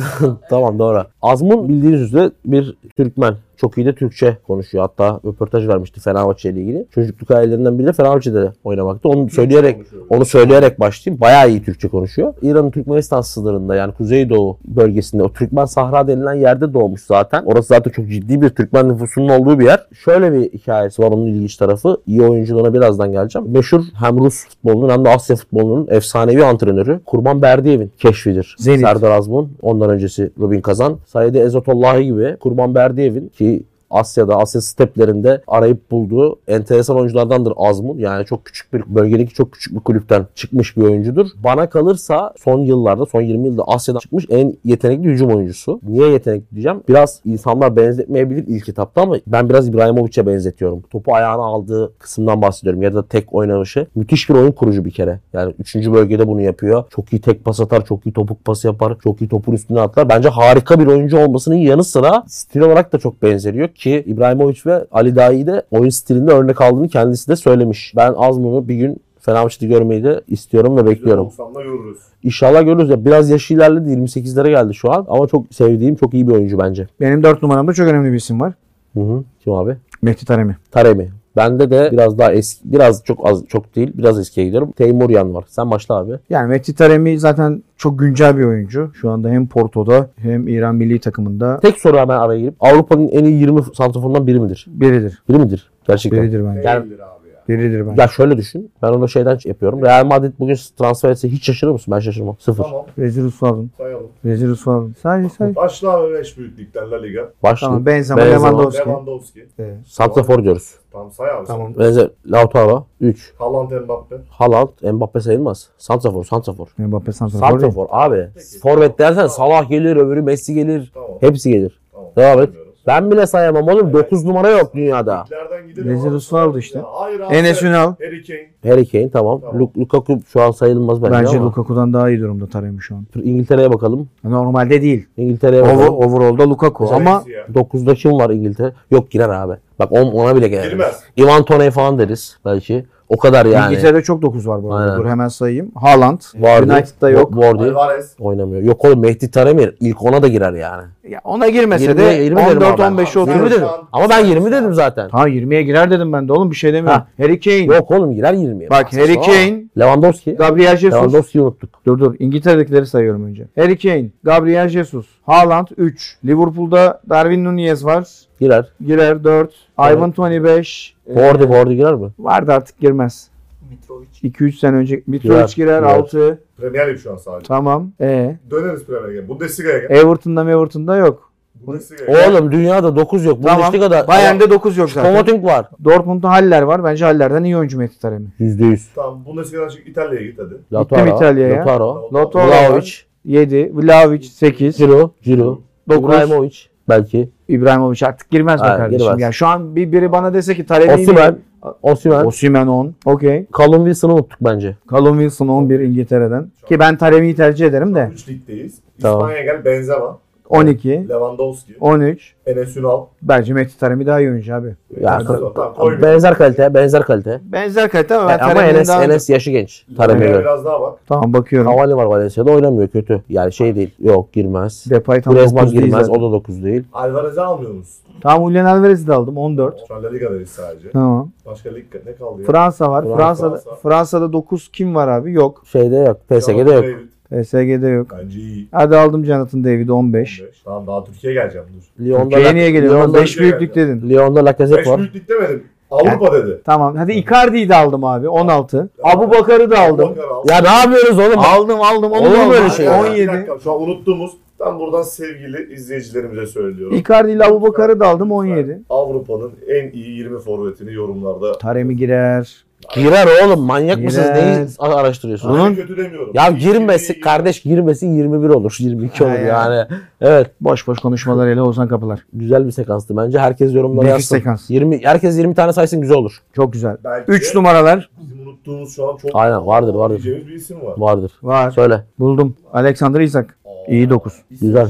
S5: Erasmus'un-
S1: Tamam doğru. Azmun bildiğiniz üzere bir Türkmen. Çok iyi de Türkçe konuşuyor. Hatta röportaj vermişti Fenerbahçe ile ilgili. Çocukluk hayallerinden biri de Fenerbahçe'de de oynamakta. Onu söyleyerek
S4: konuşuyor.
S1: onu söyleyerek başlayayım. Bayağı iyi Türkçe konuşuyor. İran'ın Türkmenistan sınırında yani Kuzeydoğu bölgesinde o Türkmen Sahra denilen yerde doğmuş zaten. Orası zaten çok ciddi bir Türkmen nüfusunun olduğu bir yer. Şöyle bir hikayesi var onun ilginç tarafı. İyi oyunculuğuna birazdan geleceğim. Meşhur hem Rus futbolunun hem de Asya futbolunun efsanevi antrenörü Kurban Berdiyev'in keşfidir.
S2: Zenit.
S1: Serdar Azmun, ondan öncesi Rubin Kazan, Sayede Ezotullahi gibi Kurban Berdiyev'in ki Asya'da, Asya steplerinde arayıp bulduğu enteresan oyunculardandır Azmun. Yani çok küçük bir bölgedeki çok küçük bir kulüpten çıkmış bir oyuncudur. Bana kalırsa son yıllarda, son 20 yılda Asya'dan çıkmış en yetenekli hücum oyuncusu. Niye yetenekli diyeceğim? Biraz insanlar benzetmeyebilir ilk etapta ama ben biraz İbrahimovic'e benzetiyorum. Topu ayağına aldığı kısımdan bahsediyorum ya da tek oynanışı. Müthiş bir oyun kurucu bir kere. Yani 3. bölgede bunu yapıyor. Çok iyi tek pas atar, çok iyi topuk pası yapar, çok iyi topun üstüne atlar. Bence harika bir oyuncu olmasının yanı sıra stil olarak da çok benzeriyor ki İbrahimovic ve Ali Dahi de oyun stilinde örnek aldığını kendisi de söylemiş. Ben Azmun'u bir gün Fenerbahçe'de görmeyi de istiyorum ve bekliyorum.
S4: 90'da görürüz.
S1: İnşallah görürüz ya. Biraz yaşı ilerledi. 28'lere geldi şu an. Ama çok sevdiğim, çok iyi bir oyuncu bence.
S2: Benim 4 numaramda çok önemli bir isim var.
S1: Hı hı. Kim abi?
S2: Mehdi Taremi.
S1: Taremi. Bende de biraz daha eski, biraz çok az, çok değil, biraz eskiye gidiyorum. Teymuryan var. Sen başla abi.
S2: Yani Mehdi Taremi zaten çok güncel bir oyuncu. Şu anda hem Porto'da hem İran milli takımında
S1: Tek soru hemen araya girip. Avrupa'nın en iyi 20 santrafonundan biri midir?
S2: biridir.
S1: Biri midir? Gerçekten.
S2: Biridir bence.
S1: Gel.
S4: Değildir abi ya.
S2: Biridir bence.
S1: Ya şöyle düşün. Ben onu şeyden yapıyorum. Real Madrid bugün transfer etse hiç şaşırır mısın? Ben şaşırmam. Sıfır.
S4: Tamam
S2: Rezil Usman'ın.
S4: sayalım.
S2: Rezil Usman'ın. Sadece say.
S4: Başla abi 5 büyüklükten La Liga.
S1: Başlı.
S2: Tamam Benzema,
S1: Benzema,
S2: Lewandowski.
S4: Lewandowski.
S1: Santrafor diyoruz.
S4: Tamam say abi.
S3: Tamam.
S1: Benze Lautaro 3.
S4: Haaland Mbappe.
S1: Haaland, Mbappe sayılmaz. Santrafor, Santrafor.
S2: Mbappe Santrafor değil.
S1: Santrafor abi.
S4: Peki.
S1: Forvet dersen
S4: Tamam.
S1: Salah gelir, öbürü Messi gelir.
S4: Tamam.
S1: Hepsi gelir.
S4: tamam.
S1: Devam et.
S4: Bilmiyoruz.
S1: Ben bile sayamam oğlum. 9 numara yok dünyada.
S4: İleriden gidelim.
S2: Rezil
S4: abi.
S2: Usman'dı işte.
S4: Ya Hayır abi.
S2: Enes Ünal.
S4: Harry Kane.
S1: Harry Kane tamam.
S4: Tamam.
S1: Lu- Lukaku şu an sayılmaz bence,
S2: Bence
S1: ama.
S2: Lukaku'dan daha iyi durumda Taremi şu an.
S1: İngiltere'ye bakalım.
S2: Normalde değil.
S1: İngiltere'ye
S2: Over,
S1: bakalım.
S2: overall'da Lukaku
S4: Chelsea
S2: ama
S4: ya.
S1: 9'da kim var İngiltere? Yok girer abi. Bak on, ona bile gelemez.
S4: Girmez.
S1: Ivan Toney falan deriz belki. O kadar yani.
S2: İngiltere'de çok 9 var bu arada.
S1: Aynen.
S2: Dur hemen sayayım. Haaland.
S1: Vardy,
S2: United'da yok.
S1: Wa- Wardy
S4: Alvarez.
S1: oynamıyor. Yok oğlum Mehdi Taremi ilk ona da girer yani.
S2: Ya ona girmese
S1: 20,
S2: de
S1: 20 derim ama ben.
S2: 14-15'e
S4: oturuyor.
S1: 20
S2: oturur.
S1: dedim. Ama ben 20 dedim zaten.
S2: Ha 20'ye girer dedim ben de oğlum bir şey demiyorum.
S1: Ha.
S2: Harry Kane.
S1: Yok oğlum girer 20'ye.
S2: Bak Harry Kane,
S1: Lewandowski.
S2: Gabriel Jesus.
S1: Lewandowski'yi unuttuk.
S2: Dur dur İngiltere'dekileri sayıyorum önce. Harry Kane, Gabriel Jesus, Haaland 3. Liverpool'da Darwin Nunez var.
S1: Girer.
S2: Girer 4.
S1: Evet.
S2: Ivan Toni 5. Ee,
S1: Wardy, Wardy girer mi?
S2: Vardı artık girmez.
S3: Mitrovic.
S2: 2-3 sene önce
S1: Girer,
S2: Mitrovic girer
S1: girer.
S2: 6.
S4: Premier Lig şu an sadece.
S2: Tamam. E.
S4: Döneriz Premier Lig'e. Bundesliga'ya gel.
S2: Everton'da Everton'da yok.
S4: Bundesliga'ya gel.
S1: Oğlum dünyada 9 yok.
S2: Tamam.
S1: Bundesliga'da
S2: Bayern'de 9 yok zaten.
S1: Komoting var.
S2: Dortmund'da Haller var. Bence Haller'den iyi oyuncu Mehdi Taremi.
S1: %100.
S4: Tamam Bundesliga'dan çık İtalya'ya git hadi.
S1: Lautaro.
S2: İtalya'ya.
S1: Lautaro.
S2: Lotto
S1: Vlahovic.
S2: 7, Vlahovic 8,
S1: Ciro. Ciro.
S2: 9,
S1: Ibrahimovic. Belki.
S2: İbrahimovic artık girmez mi
S1: Ha,
S2: kardeşim?
S1: girmez.
S2: Ya şu an bir, biri bana dese ki Taremi
S1: Osimhen. Osimhen.
S2: Osimhen 10. Okey.
S1: Callum Wilson'ı unuttuk bence.
S2: Callum Wilson 11 İngiltere'den. Ki ben Taremi'yi tercih ederim de.
S4: 3 ligdeyiz.
S1: Tamam.
S4: İspanya'ya gel Benzema.
S2: 12,
S4: Lewandowski.
S2: 13.
S4: Enes Ünal.
S2: Bence Mehdi Taremi daha iyi oyuncu abi.
S1: Ya,
S4: Enes Ünal. Tamam koy.
S1: benzer kalite, benzer kalite.
S2: Benzer kalite ama ben
S1: E, ama
S2: Taremi'nin
S1: Enes,
S2: daha...
S1: Enes yaşı genç. Taremi'ye
S4: Premier
S1: göre.
S4: biraz daha bak.
S2: Tamam bakıyorum.
S1: Cavani var Valencia'da oynamıyor kötü. Yani şey değil. Yok girmez.
S2: Depay tam
S1: Griezmann
S2: 9 değil
S1: girmez.
S2: zaten.
S1: O da 9 değil.
S4: Alvarez'i almıyor musun?
S2: Tamam Julian Alvarez'i de aldım 14.
S4: Şu an La Liga'dayız sadece.
S2: Tamam.
S4: Başka lig ne kaldı ya?
S2: Fransa var.
S1: Fransa.
S2: Fransa'da, Fransa'da 9 kim var abi? Yok.
S1: Şeyde yok. PSG'de yok.
S4: David.
S2: PSG'de yok.
S4: Bence iyi.
S2: Hadi aldım Jonathan David 15.
S4: 15. Tamam daha Türkiye'ye geleceğim dur.
S1: Lyon'da,
S2: Türkiye'ye niye geliyor?
S1: Lyon'da,
S2: Lan 5
S4: Türkiye'ye
S2: büyüklük
S4: geldi.
S2: dedin.
S1: Lyon'da Lacazette
S4: 5
S1: var.
S4: büyüklük demedim.
S2: E.
S4: Avrupa dedi.
S2: Tamam. Hadi Icardi'yi de aldım abi. 16.
S4: Tamam.
S2: Abu Bakar'ı da aldım.
S4: Bakar aldı.
S1: Ya ne yapıyoruz oğlum?
S2: Aldım aldım. Onu
S1: Olur
S2: da
S1: mu öyle
S2: aldım.
S1: şey ya?
S4: Ya, bir
S2: 17.
S4: dakika, Şu an unuttuğumuz ben buradan sevgili izleyicilerimize söylüyorum.
S2: Icardi ile Abu Bakar'ı da aldım 17.
S4: Lütfen Avrupa'nın en iyi 20 forvetini yorumlarda.
S2: Taremi girer.
S1: Girer oğlum. Manyak mısınız?
S2: Girer.
S1: Neyi a- araştırıyorsunuz?
S4: Bunun kötü demiyorum.
S1: Ya
S4: İyi, iyi,
S1: girmesi
S4: iyi.
S1: kardeş girmesi 21 olur. 22 olur
S2: Ha ya.
S1: yani. Evet.
S2: Boş boş konuşmalarıyla Ozan Kapılar.
S1: Güzel bir sekanstı bence. Herkes yorumlara
S2: Nefis
S1: yazsın.
S2: sekans.
S1: 20 herkes 20 tane saysın güzel olur.
S2: Çok güzel.
S4: Belki
S2: 3 numaralar
S4: Bizim unuttuğumuz şu an çok
S1: Aynen, vardır, vardır.
S4: diyeceğimiz bir isim var.
S1: Vardır.
S2: var.
S1: Söyle.
S2: Buldum. Alexander İsak. İyi 9.
S1: Güzel.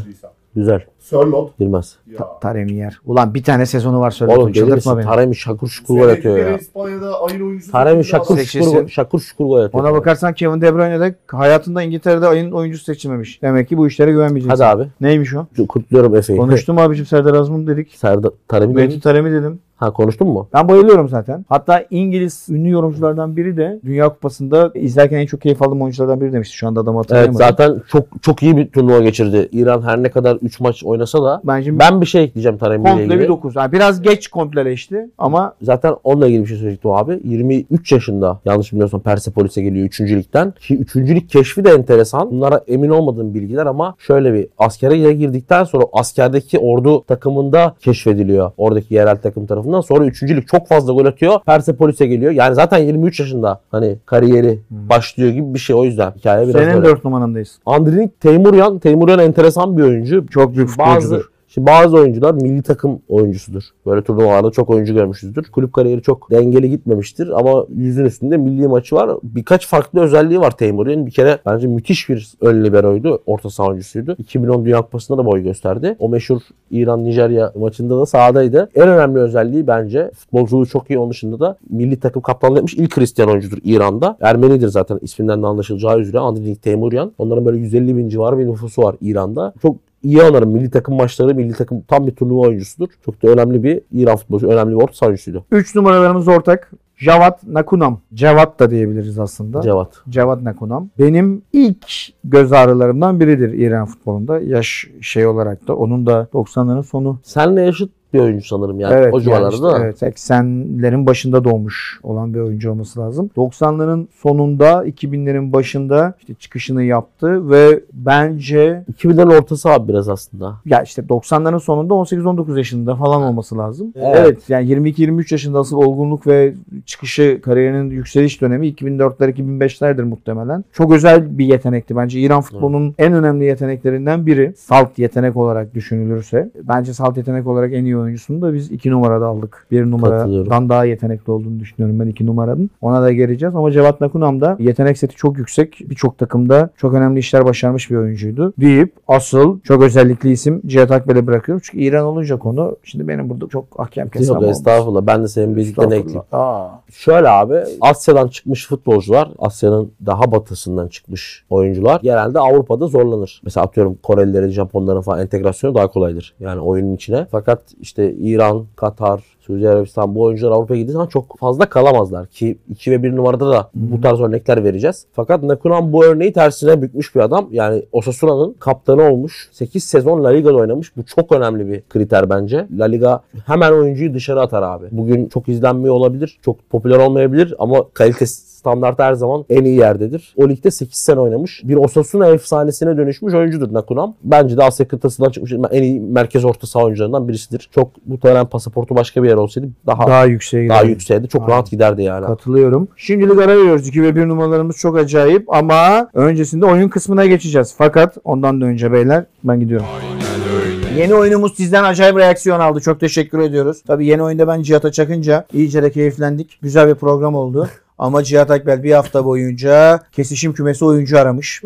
S1: Güzel.
S4: Sörlot.
S1: Girmez.
S4: Ya.
S2: Taremi yer. Ulan bir tane sezonu var söyle.
S1: Oğlum deli misin?
S2: Çıldırtma beni.
S1: Taremi şakur şukur gol atıyor
S4: Senelikleri
S1: ya.
S4: İspanya'da ayın oyuncusu.
S1: Taremi şakur
S4: Sekiz.
S1: şukur, gol- şakur şukur gol atıyor.
S2: Ona bakarsan Kevin De Bruyne de hayatında İngiltere'de ayın oyuncusu seçilmemiş. Demek ki bu işlere
S1: Hadi
S2: güvenmeyeceksin.
S1: abi.
S2: Neymiş o?
S1: Kutluyorum Efe'yi.
S2: Konuştum abicim Serdar Azmun dedik.
S1: Serdar Taremi
S2: Mehdi
S1: dedin.
S2: Taremi dedim.
S1: Ha konuştun mu?
S2: Ben bayılıyorum zaten. Hatta İngiliz ünlü yorumculardan biri de Dünya Kupası'nda izlerken en çok keyif aldığım oyunculardan biri demişti. Şu anda adamı
S1: Evet
S2: hatırlayamadım.
S1: zaten çok çok iyi bir turnuva geçirdi. İran her ne kadar 3 maç oynasa da
S2: Bence ben
S1: ben bir şey ekleyeceğim Taremi ile
S2: komple bir
S1: ilgili.
S2: 9. Yani biraz geç kompleleşti ama
S1: Zaten onunla ilgili bir şey söyleyecektim abi. 23 yaşında yanlış bilmiyorsam Persepolis'e geliyor 3. ligden. Ki 3. lig keşfi de enteresan. Bunlara emin olmadığım bilgiler ama şöyle bir askere girdikten sonra askerdeki ordu takımında keşfediliyor. Oradaki yerel takım tarafından. Sonra 3. lig çok fazla gol atıyor. Persepolis'e geliyor. Yani zaten 23 yaşında hani kariyeri başlıyor gibi bir şey. O yüzden hikaye biraz
S2: senin
S1: böyle.
S2: 4 numarandayız.
S1: Andrinik Teymuryan. Teymuryan enteresan bir oyuncu.
S2: Çok büyük
S1: Bazı
S2: futbolcudur.
S1: Şimdi bazı oyuncular milli takım oyuncusudur. Böyle turnuvalarda çok oyuncu görmüşüzdür. Kulüp kariyeri çok dengeli gitmemiştir ama yüzün üstünde milli maçı var. Birkaç farklı özelliği var Teymur'un. Bir kere bence müthiş bir ön liberoydu. Orta saha oyuncusuydu. 2010 Dünya Kupası'nda da boy gösterdi. O meşhur İran-Nijerya maçında da sahadaydı. En önemli özelliği bence futbolculuğu çok iyi. Onun dışında da milli takım kaptanlığı yapmış ilk Hristiyan oyuncudur İran'da. Ermenidir zaten isminden de anlaşılacağı üzere. Andriy Teymuryan. Onların böyle 150 bin civarı bir nüfusu var İran'da. Çok iyi anlarım. Milli takım maçları, milli takım tam bir turnuva oyuncusudur. Çok da önemli bir İran futbolcu, önemli bir orta saha oyuncusuydu.
S2: 3 numaralarımız ortak. Javat Nakunam. Cevat da diyebiliriz aslında.
S1: Cevat.
S2: Cevat Nakunam. Benim ilk göz ağrılarımdan biridir İran futbolunda. Yaş şey olarak da. Onun da 90'ların sonu.
S1: Senle yaşıt bir oyuncu sanırım yani. o civarlarda
S2: yani
S1: değil
S2: işte,
S1: mi?
S2: evet, 80'lerin başında doğmuş olan bir oyuncu olması lazım. 90'ların sonunda 2000'lerin başında işte çıkışını yaptı ve bence
S1: 2000'lerin ortası abi biraz aslında.
S2: ya işte 90'ların sonunda 18-19 yaşında falan olması lazım.
S1: Evet.
S2: Evet, yani 22-23 yaşında asıl olgunluk ve çıkışı kariyerinin yükseliş dönemi 2004'ler 2005'lerdir muhtemelen. Çok özel bir yetenekti bence. İran futbolunun en önemli yeteneklerinden biri. Salt yetenek olarak düşünülürse. Bence salt yetenek olarak en iyi oyuncusunu da biz 2 numarada aldık. 1
S1: Katılıyorum.
S2: numaradan daha yetenekli olduğunu düşünüyorum ben 2 numaranın. Ona da geleceğiz ama Cevat Nakunam da yetenek seti çok yüksek. Birçok takımda çok önemli işler başarmış bir oyuncuydu. Deyip asıl çok özellikli isim Cihat Akbel'e bırakıyorum. Çünkü İran olunca konu şimdi benim burada çok ahkam kesmem
S1: Yok
S2: olmaz.
S1: estağfurullah ben de senin bildiklerine ekleyeyim.
S2: Aa.
S1: Şöyle abi Asya'dan çıkmış futbolcular Asya'nın daha batısından çıkmış oyuncular genelde Avrupa'da zorlanır. Mesela atıyorum Korelilerin, Japonların falan entegrasyonu daha kolaydır. Yani oyunun içine. Fakat işte İran, Katar, Suudi Arabistan bu oyuncular Avrupa'ya gittiği zaman çok fazla kalamazlar. Ki 2 ve 1 numarada da bu tarz örnekler vereceğiz. Fakat Nakunan bu örneği tersine bükmüş bir adam. Yani Osasuna'nın kaptanı olmuş. 8 sezon La Liga'da oynamış. Bu çok önemli bir kriter bence. La Liga hemen oyuncuyu dışarı atar abi. Bugün çok izlenmiyor olabilir. Çok popüler olmayabilir ama kalite standartı her zaman en iyi yerdedir. O ligde 8 sene oynamış. Bir Osasuna efsanesine dönüşmüş oyuncudur Nakunam. Bence de Asya kıtasından çıkmış en iyi merkez orta saha oyuncularından birisidir. Çok muhtemelen pasaportu başka bir yer olsaydı daha daha,
S2: Daha yükseğe gidelim.
S1: yükseğe çok
S2: Aynen.
S1: rahat giderdi yani.
S2: Katılıyorum. Şimdilik ara veriyoruz. 2 ve 1 numaralarımız çok acayip ama öncesinde oyun kısmına geçeceğiz. Fakat ondan da önce beyler ben gidiyorum. Yeni oyunumuz sizden acayip reaksiyon aldı. Çok teşekkür ediyoruz. Tabii yeni oyunda ben Cihat'a çakınca iyice de keyiflendik. Güzel bir program oldu. Ama Cihat Akbel bir hafta boyunca kesişim kümesi oyuncu aramış.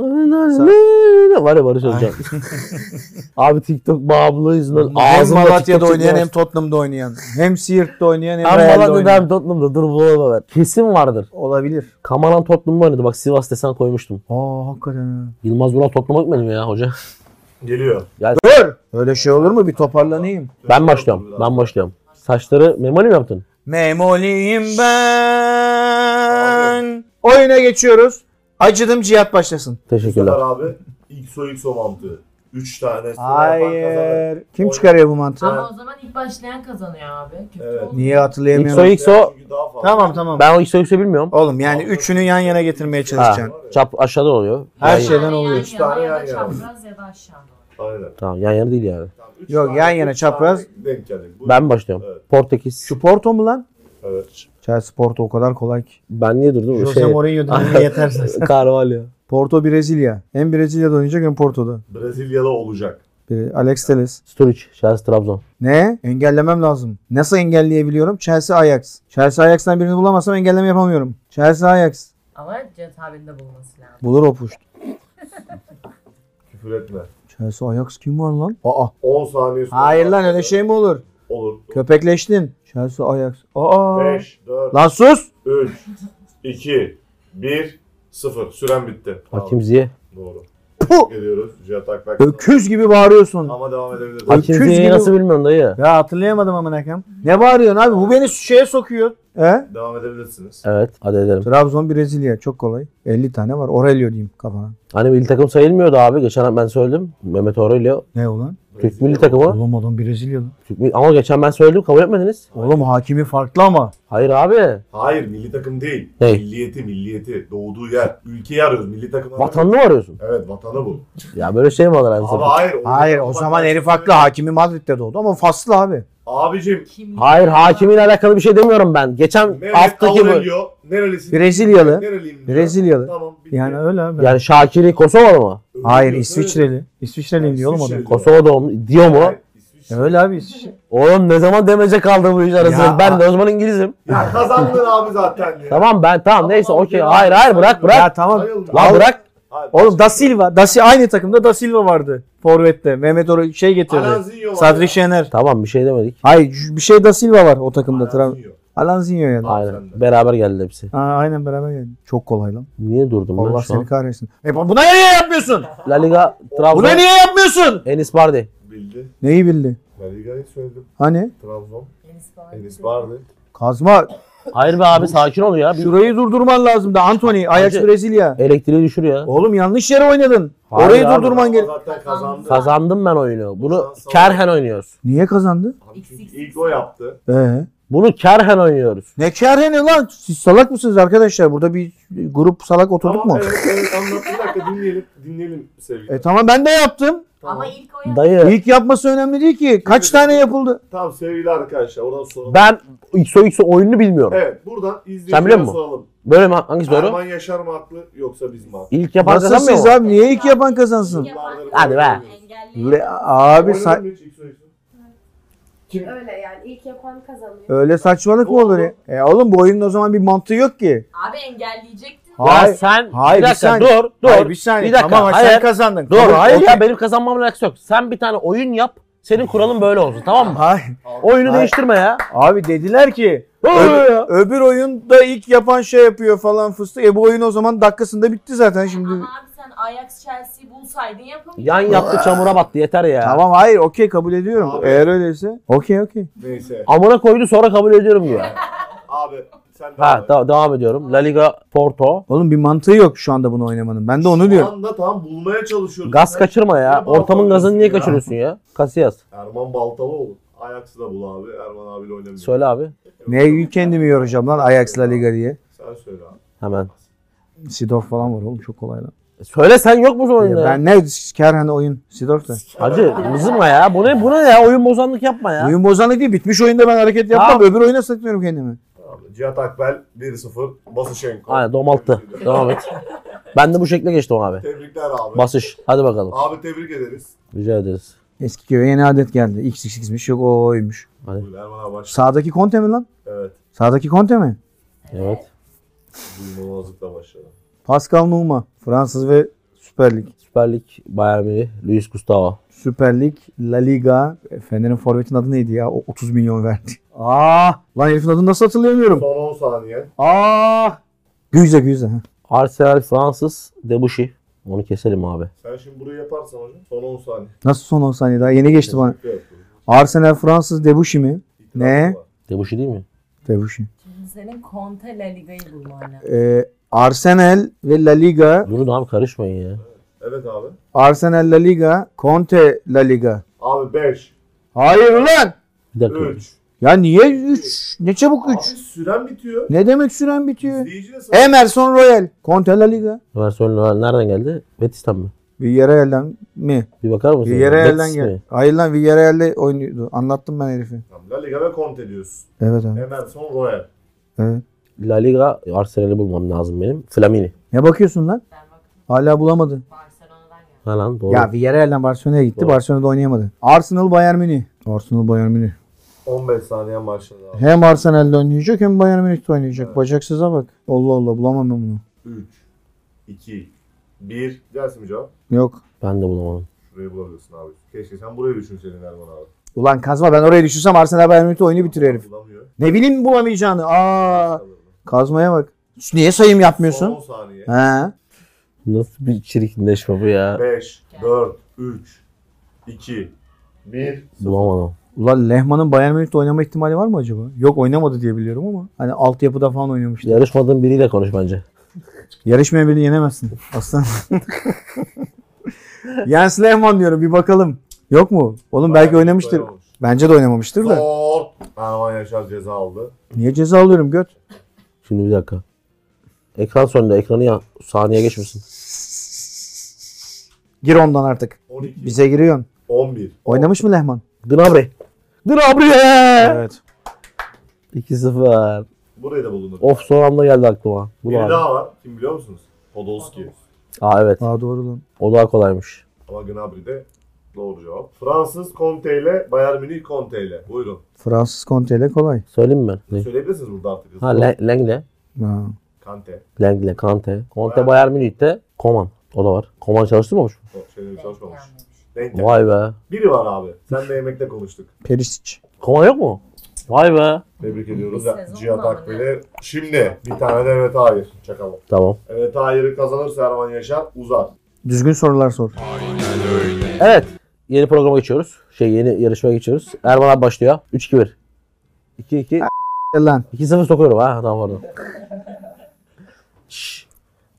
S1: Var ya Barış Hocam. Abi TikTok bağımlıyız lan.
S2: Hem
S1: Ağzımda
S2: Malatya'da
S1: TikTok
S2: oynayan
S1: çekmeye
S2: hem Tottenham'da oynayan. Hem Siirt'te oynayan hem,
S1: Hem
S2: Real'de
S1: Malatya'da
S2: oynayan.
S1: hem Tottenham'da dur bulama ben. Kesin vardır.
S2: Olabilir.
S1: Kamaran Tottenham'da oynadı. Bak Sivas desen koymuştum.
S2: Aa hakikaten. ha.
S1: Yılmaz Vural Tottenham'a gitmedi mi ya hoca?
S4: Geliyor.
S2: Dur. Öyle şey olur mu? Bir toparlanayım.
S1: Ben başlıyorum. Ben başlıyorum. Saçları memoli mi yaptın?
S2: Memoliyim ben. Oyuna geçiyoruz. Acıdım cihat başlasın.
S1: Teşekkürler.
S4: Bu sefer abi XO XO mantığı. 3 tane.
S2: Hayır. Kim
S4: Oyun-
S2: çıkarıyor bu mantığı?
S5: Ama o zaman ilk başlayan kazanıyor abi. Kötü
S4: Evet.
S5: oldu.
S2: Niye hatırlayamıyorum?
S1: İlk XO.
S2: Tamam tamam.
S1: Ben o XOX'u bilmiyorum.
S2: Oğlum yani üçünü yan yana getirmeye
S1: Ha,
S2: çalışacaksın.
S1: çap aşağıda oluyor. Yan-
S2: Her şey-
S5: Yani
S2: şeyden
S5: yan
S2: oluyor.
S5: yana
S4: Üç tane
S5: ya da
S4: yan yana.
S5: çapraz ya da aşağıda.
S4: Aynen.
S1: Tamam yan yana değil yani.
S4: Tamam, üç
S2: Yok, yan yana
S4: üç
S2: çapraz.
S4: tane Denk gelecek. Bu-
S1: Ben mi başlıyorum.
S4: Evet.
S1: Portekiz.
S2: Şu Porto mu lan?
S4: Evet.
S2: Chelsea Porto o kadar kolay ki.
S1: Ben niye durdum? Şey,
S2: Jose Mourinho dönemi yeter.
S1: Carvalho.
S2: Porto Brezilya. Hem Brezilya'da oynayacak hem Porto'da.
S4: Brezilyalı olacak.
S2: Bir Alex Telles.
S1: Sturridge. Chelsea Trabzon.
S2: Ne? Engellemem lazım. Nasıl engelleyebiliyorum? Chelsea Ajax. Chelsea Ajax'tan birini bulamazsam engelleme yapamıyorum. Chelsea Ajax.
S5: Ama Cihat abinin de bulması lazım.
S2: Bulur o puş.
S4: Küfür etme.
S2: Chelsea Ajax kim var lan? Aa.
S4: 10 saniye sonra.
S2: Hayır lan öyle şey mi olur?
S4: Olur.
S2: Köpekleştin. Chelsea Ajax. Aa.
S4: 5, 4,
S2: Lan sus.
S4: 3, 2, 1, 0. Süren bitti. Tamam.
S1: Hakim Ziyeh.
S4: Doğru.
S2: Puh!
S4: Geliyoruz. Cihat Akbak.
S2: Öküz gibi bağırıyorsun.
S4: Ama devam edebiliriz.
S2: Ay-
S1: Hakim
S2: Öküz
S1: Ziyeh'i
S2: gibi-
S1: nasıl bilmiyorum dayı.
S2: Ya hatırlayamadım amına koyayım. Ne bağırıyorsun abi? Bu beni şeye sokuyor. He?
S4: Devam edebilirsiniz.
S1: Evet hadi edelim.
S2: E? Trabzon Brezilya çok kolay. 50 tane var. Aurelio diyeyim kafana.
S1: Hani milli takım sayılmıyordu abi. Geçen ben söyledim. Mehmet Aurelio.
S2: Ne ulan?
S1: Türk
S4: Brezilya
S1: milli takımı.
S2: Oğlum adam Brezilyalı.
S1: Türk milli- Ama geçen ben söyledim kabul etmediniz.
S2: Oğlum hakimi farklı ama.
S1: Hayır abi.
S4: Hayır milli takım değil.
S1: Ney?
S4: Milliyeti milliyeti. Doğduğu yer. Ülkeyi arıyoruz. Milli takım arıyoruz.
S1: Vatanını mı arıyorsun?
S4: Evet vatanı bu.
S1: Ya böyle şey mi olur? abi?
S4: Abi hayır. o-
S2: Hayır o zaman herif farklı. Hakimi Madrid'de doğdu ama faslı abi.
S4: Abicim.
S5: Kim?
S1: Hayır hakimiyle alakalı bir şey demiyorum ben. Geçen
S4: Mehmet
S1: haftaki bu.
S4: Aurelio. Nerelisin?
S2: Brezilyalı.
S4: Nereliyim diyor.
S2: Brezilyalı.
S4: Tamam. bitti.
S2: Yani öyle abi.
S1: Yani Şakiri Kosovalı mı?
S4: Öyle
S2: Hayır
S4: diyor,
S2: İsviçreli. İsviçreliyim diyor oğlum adam.
S4: İsviçreli.
S1: Kosova doğumlu diyor mu?
S4: Hayır, İsviçre.
S2: Öyle abi İsviçre.
S1: Oğlum ne zaman demece kaldı bu iş arasında?
S2: Ya-
S1: Ben de o zaman İngilizim.
S4: Ya kazandın abi zaten. Ya.
S1: Tamam ben tamam neyse okey. Hayır hayır bırak bırak.
S2: Ya tamam.
S4: Sayılmıyor.
S1: Lan bırak.
S4: Hayır,
S2: Oğlum Da Silva. Da Si- aynı takımda Da Silva vardı. Forvet'te. Mehmet Oru şey getirdi.
S4: Alanzinho var ya.
S2: Sadri Şener.
S1: Tamam bir şey demedik.
S2: Hayır j- bir şey Da Silva var o takımda. Tra-
S4: Alanzinho.
S2: Alanzinho yani. Ha,
S4: sen
S1: Aynen.
S4: de.
S1: Beraber geldi hepsi.
S2: aynen beraber geldi. Çok kolay lan.
S1: Niye durdum ben
S2: Allah
S1: şu an?
S2: seni kahretsin. E, bu- buna niye yapmıyorsun?
S1: La Liga
S2: Buna
S1: Trabzon.
S2: niye yapmıyorsun?
S1: Enis Bardi.
S4: Bildi.
S2: Neyi bildi?
S4: Ben Liga'yı söyledim.
S2: Hani?
S4: Trabzon.
S5: Enis Bağcı.
S4: Enis vardı.
S2: Kazma
S1: Hayır be abi sakin ol ya. Bir
S2: Şurayı durdurman lazım da Anthony, Ajax
S1: Hacı-
S2: Brezilya.
S1: elektriği düşür ya.
S2: Oğlum yanlış yere oynadın.
S1: Hayır
S2: Orayı
S1: abi.
S2: durdurman gerek.
S4: Zaten kazandı.
S1: Kazandım ben oyunu. Bunu
S4: Kazan-
S1: kerhen oynuyoruz.
S2: Niye kazandı?
S4: Abi çünkü ilk o yaptı.
S2: Ee?
S1: Bunu kerhen oynuyoruz.
S2: Ne kerheni lan? Siz salak mısınız arkadaşlar? Burada bir grup salak oturduk
S4: Tamam,
S2: mu?
S4: Evet, evet anlat. Bir dakika dinleyelim. Dinleyelim sevgili.
S2: E tamam ben de yaptım.
S5: Ama ilk o yaptı.
S1: Dayı
S2: İlk yapması önemli değil ki. Kaç tane yapıldı?
S4: Tamam sevgili arkadaşlar oradan sonra.
S1: ben XOXO oyununu bilmiyorum.
S4: Evet buradan
S1: biliyor
S4: izleyicilere
S1: musun?
S4: soralım.
S1: Böyle mi? Hangisi doğru?
S4: Erman Yaşar mı haklı yoksa biz mi haklı?
S1: İlk yapan
S2: Nasıl
S1: kazanmıyor
S2: siz
S1: mu?
S2: abi? Niye ilk yapan kazansın?
S1: Hadi be.
S2: Le- abi
S4: Oynadın
S2: sa-
S4: mı hiç ilk soruyu? Kim?
S6: Öyle yani ilk yapan kazanıyor.
S2: öyle saçmalık mı olur ya? E oğlum bu oyunun o zaman bir mantığı yok ki.
S5: Abi engelleyecektin.
S1: Ya
S2: Hayır.
S1: sen
S2: Hayır,
S1: bir
S2: bir
S1: dakika
S2: saniye.
S1: dur dur.
S2: Hayır, bir saniye.
S1: Bir dakika,
S2: Tamam,
S1: hayır.
S2: sen kazandın.
S1: Dur
S2: Kabul-
S1: hayır
S2: Okey.
S1: ya benim kazanmamla alakası yok. Sen bir tane oyun yap. Senin kuralın böyle olsun tamam mı?
S2: Hayır.
S1: Oyunu
S2: Hayır.
S1: değiştirme ya.
S2: Abi dediler ki
S1: Öyle ya.
S2: öbür oyunda ilk yapan şey yapıyor falan fıstık. E bu oyun o zaman dakikasında bitti zaten şimdi.
S5: Ama abi sen Ajax Chelsea'yi bulsaydın yapamayacaktın.
S1: Yan yaptı çamura battı yeter ya.
S2: Tamam hayır okey kabul ediyorum.
S4: Abi.
S2: Eğer öyleyse. Okey okey.
S4: Neyse.
S1: Amına koydu sonra kabul ediyorum diyor.
S4: Abi sen de
S1: ha da- devam ediyorum. La Liga Porto.
S2: Oğlum bir mantığı yok şu anda bunu oynamanın. Ben de onu
S4: Şu
S2: diyorum.
S4: anda tam bulmaya çalışıyorum.
S1: Gaz kaçırma ya.
S4: Ya Porto
S1: Ortamın gazını niye
S4: ya.
S1: kaçırıyorsun ya? Kasiyas.
S4: Erman Baltaloğlu. Ayaksı da bul abi. Erman abiyle oynamayacağım.
S1: Söyle abi.
S2: Ne kendimi yoracağım lan Ajax La Liga diye.
S4: Sen söyle abi.
S1: Hemen. E,
S2: Sidorf falan var oğlum çok kolay lan.
S1: Söyle sen yok musun oyunda?
S2: Ya
S1: Ben...
S2: ben ne kerhen oyun Sidorf da.
S1: Hacı mızırma ya. Bu ne, bu ne ya? Oyun bozanlık yapma ya.
S2: Oyun bozanlık değil bitmiş oyunda ben hareket yapmam.
S1: Tamam.
S2: Öbür oyuna satmıyorum kendimi.
S4: Abi, Cihat Akbel 1-0. Basışenko.
S1: Aynen domalttı. Devam et. Ben de bu şekle geçtim abi.
S4: Tebrikler abi.
S1: Basış. Hadi bakalım.
S4: abi tebrik ederiz.
S1: Rica ederiz.
S2: Eski köye yeni adet geldi. XXX'miş yok o oymuş.
S4: Buyur Erman abi baş.
S2: Sağdaki Conte mi lan?
S4: Evet.
S2: Sağdaki Conte mi?
S1: Evet.
S4: Duymamazlıkla başlayalım.
S2: Pascal Nouma. Fransız ve Süper Lig.
S1: Süper Lig Bayern Münih. Luis Gustavo.
S2: Süper Lig, La Liga. E, Fener'in forvetin adı neydi ya? O 30 milyon verdi. Aa,
S1: Ah!
S2: lan herifin adını nasıl hatırlayamıyorum?
S4: Son 10 saniye.
S2: Aa!
S1: Ah!
S2: Güze güze. ha.
S1: Arsenal Fransız. Debushi. Onu keselim abi.
S4: Sen şimdi burayı yaparsan hocam. Son 10 saniye.
S2: Nasıl son 10 saniye daha? Yeni geçti bana.
S4: Teşekkür ederim.
S2: Arsenal Fransız Debushi mi?
S4: İtiraz
S2: Ne?
S4: var.
S1: Debushi değil mi?
S2: Debushi.
S5: Şimdi senin Conte La Liga'yı bulman lazım.
S2: Ee, Arsenal ve La Liga.
S1: Durun abi karışmayın ya.
S4: Evet abi.
S2: Arsenal La Liga. Conte La Liga.
S4: Abi 5,
S2: Hayır ulan!
S1: Bir dakika.
S4: 3.
S2: Ya niye 3? Ne çabuk 3?
S4: Süren bitiyor.
S2: Ne E? demek süren bitiyor?
S4: İzleyici de sana
S2: Emerson Royal. Conte La Liga.
S1: Versiyon nereden geldi? Betis'ten mi?
S2: Villarreal'den mi?
S1: Bir bakar mısın?
S2: Villarreal'den
S1: Betis mi?
S2: gel. Hayır lan Villarreal'de oynuyordu. Anlattım ben herifi.
S4: La Liga ve Conte diyorsun.
S2: Evet abi.
S4: Emerson Royal.
S2: Evet.
S1: La Liga Arsenal'i bulmam lazım benim. Flamini.
S2: Ne bakıyorsun lan?
S5: Ben bak
S2: Hala bulamadı.
S5: Barcelona'dan geldim.
S1: Ha lan doğru.
S2: Ya Villarreal'den Barcelona'ya gitti.
S1: Doğru.
S2: Barcelona'da oynayamadı. Arsenal Bayern Münih. Arsenal Bayern Münih.
S4: 15 saniye başladı abi.
S2: Hem Arsenal'de oynayacak hem Bayern Münih'te oynayacak. Bacaksıza bak. Allah Allah bulamam ben bunu.
S4: 3, 2, 1. Gelsin mi cevap?
S2: Yok.
S1: Ben de bulamadım.
S4: Şurayı bulabilirsin abi. Keşke sen burayı düşünseydin Erman abi.
S2: Ulan kazma ben oraya düşürsem Arsenal Bayern Münih'te oyunu bitirir herif.
S4: Bulamıyor.
S2: Ne bileyim bulamayacağını. Aa kazmaya bak. Niye sayım
S4: Son 10
S2: yapmıyorsun?
S4: saniye.
S2: He.
S1: Nasıl bir çirkinleşme bu ya?
S4: 5, 4, 3, 2, 1.
S1: Bulamadım.
S2: Ulan Lehman'ın Bayern Münih'te oynama ihtimali var mı acaba? Yok oynamadı diye biliyorum ama. Hani altyapıda falan oynamıştı.
S1: Yarışmadığın biriyle konuş bence.
S2: Yarışmaya beni yenemezsin. Aslan. Jens Lehmann diyorum bir bakalım. Yok mu? Oğlum belki oynamıştır. Bence de oynamamıştır da.
S4: Zor. Erman Yaşar ceza aldı.
S2: Niye ceza alıyorum göt?
S1: Şimdi bir dakika. Ekran sonunda ekranı ya saniye geçmesin.
S2: Gir ondan artık.
S4: 12,
S2: Bize giriyorsun.
S4: 11.
S2: Oynamış mı Lehmann?
S1: Gnabry. Gnabry!
S2: Evet.
S1: 2-0.
S4: Burayı da bulunduk.
S1: Of son anda geldi aklıma. Bu
S4: Biri
S1: da abi.
S4: daha var. Kim biliyor musunuz? Podolski.
S1: Aa evet.
S2: Aa doğru lan.
S1: O daha kolaymış.
S4: Ama Gnabry de doğru cevap. Fransız Conte ile Bayern Münih Conte ile. Buyurun.
S2: Fransız Conte ile kolay.
S1: Söyleyeyim mi ben? Ne?
S4: Söyleyebilirsiniz burada artık.
S1: Ha Le- Lengle.
S2: Ha.
S4: Kante.
S1: Lengle, Kante. Conte
S4: Bayern-
S1: Bayern Münih'te. Koman. O da var. Koman çalıştırmamış mı?
S4: O Şeyleri çalışmamış.
S5: Denk gelmemiş.
S4: Denk geldi.
S1: Vay be.
S4: Biri var abi. Sen de yemekte konuştuk.
S2: Perisic.
S1: Koman yok mu? Vay be.
S4: Tebrik ediyoruz
S5: Bir sezon
S4: Cihat
S5: var mı
S4: Akbel'i. Şimdi bir tane de evet hayır. Çakalım.
S1: Tamam.
S4: Evet hayırı kazanırsa Erman Yaşar uzar.
S2: Düzgün sorular sor.
S1: Evet. Yeni programa geçiyoruz. Şey yeni yarışmaya geçiyoruz. Erman abi başlıyor. 3-2-1. 2-2.
S2: lan.
S1: 2-0 sokuyorum ha. Tamam pardon.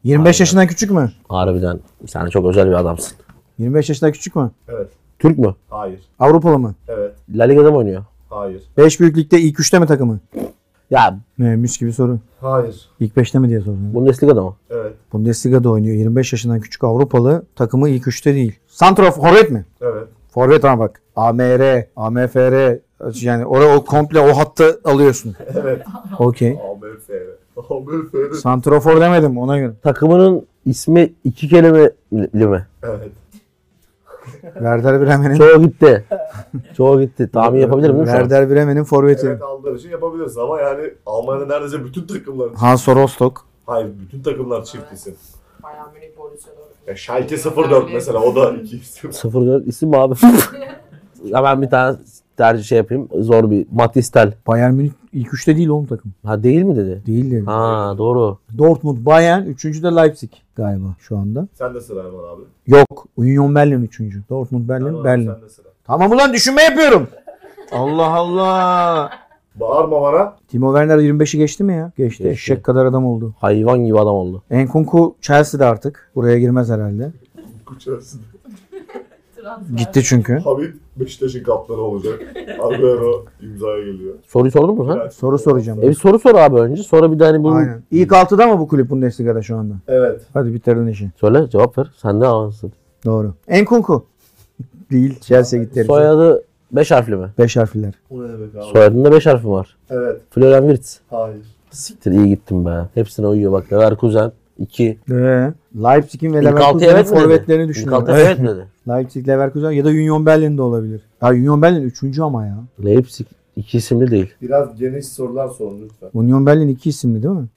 S2: 25 yaşından küçük mü?
S1: Harbiden sen çok özel bir adamsın.
S2: 25 yaşından küçük mü?
S4: Evet.
S1: Türk mü?
S4: Hayır.
S2: Avrupalı mı?
S4: Evet.
S1: La Liga'da mı oynuyor?
S4: Hayır.
S2: 5 büyük ligde ilk 3'te mi takımı?
S1: Ya
S2: Ne mis gibi soru.
S4: Hayır.
S2: İlk 5'te mi diye sordun.
S1: Bundesliga'da mı?
S4: Evet.
S2: Bundesliga'da oynuyor. 25 yaşından küçük Avrupalı takımı ilk 3'te değil. Santrof forvet mi?
S4: Evet.
S2: Forvet ama bak. AMR, AMFR yani oraya o komple o hattı alıyorsun.
S4: Evet.
S2: Okey.
S4: AMFR. AMFR.
S2: Santrofor demedim ona göre.
S1: Takımının ismi iki kelime li mi?
S4: Evet.
S2: Werder Bremen'in
S1: Çoğu gitti. Çoğu gitti. Tahmin yapabilir miyim şu an?
S2: Werder Bremen'in forveti.
S4: Evet aldığın için yapabiliriz ama yani Almanya'da neredeyse bütün takımlar
S2: Hansa Rostock.
S4: Hayır bütün takımlar çift isim.
S5: Bayağı Münih Borussia Dortmund.
S4: Ya Schalke 04 mesela o da iki isim.
S1: 04 isim mi abi? ya ben bir tane tercih şey yapayım. Zor bir. Matistel.
S2: Bayern Münih ilk 3'te değil oğlum takım.
S1: Ha değil mi dedi?
S2: Değil dedi.
S1: Ha doğru.
S2: Dortmund, Bayern, 3. de Leipzig galiba şu anda.
S4: Sen de sıra Erman abi.
S2: Yok. Union Berlin 3. Dortmund, Berlin,
S4: Erman abi,
S2: Berlin.
S4: Sen de sıra.
S2: Tamam ulan düşünme yapıyorum. Allah Allah.
S4: Bağırma bana.
S2: Timo Werner 25'i geçti mi ya? Geçti.
S1: Geçti.
S2: Eşek kadar adam oldu.
S1: Hayvan gibi adam oldu.
S2: Enkunku Chelsea'de artık. Buraya girmez herhalde.
S4: Kuçarsın.
S5: Transfer.
S2: Gitti çünkü.
S4: Habib Beşiktaş'ın kaptanı olacak. Agüero imzaya geliyor.
S1: Soruyu sordun mu sen?
S2: Soru soracağım.
S1: E bir soru sor abi önce. Sonra bir de hani bunu...
S2: Aynen. İlk 6'da mı bu kulüp Bundesliga'da şu anda?
S4: Evet.
S2: Hadi bitirdin işi.
S1: Söyle cevap ver. Sen de avansın.
S2: Doğru. Enkunku. Değil. Chelsea gitti.
S1: Soyadı 5 harfli mi?
S2: 5 harfliler.
S4: O ne demek abi?
S1: Soyadında 5 harfi var.
S4: Evet.
S1: Florian Wirtz.
S4: Hayır.
S1: Siktir iyi gittim be. Hepsine uyuyor bak. Leverkusen 2.
S2: Ee, Leipzig'in ve
S1: İlk altı
S2: Leverkusen'in
S1: evet mi dedi?
S2: forvetlerini
S1: İlk
S2: düşünüyorum.
S1: altı evet dedi.
S2: Leipzig, Leverkusen ya da Union Berlin de olabilir. Ha Union Berlin 3. ama ya.
S1: Leipzig iki isimli değil.
S4: Biraz geniş sorular sorun lütfen.
S2: Union Berlin 2 isimli değil mi?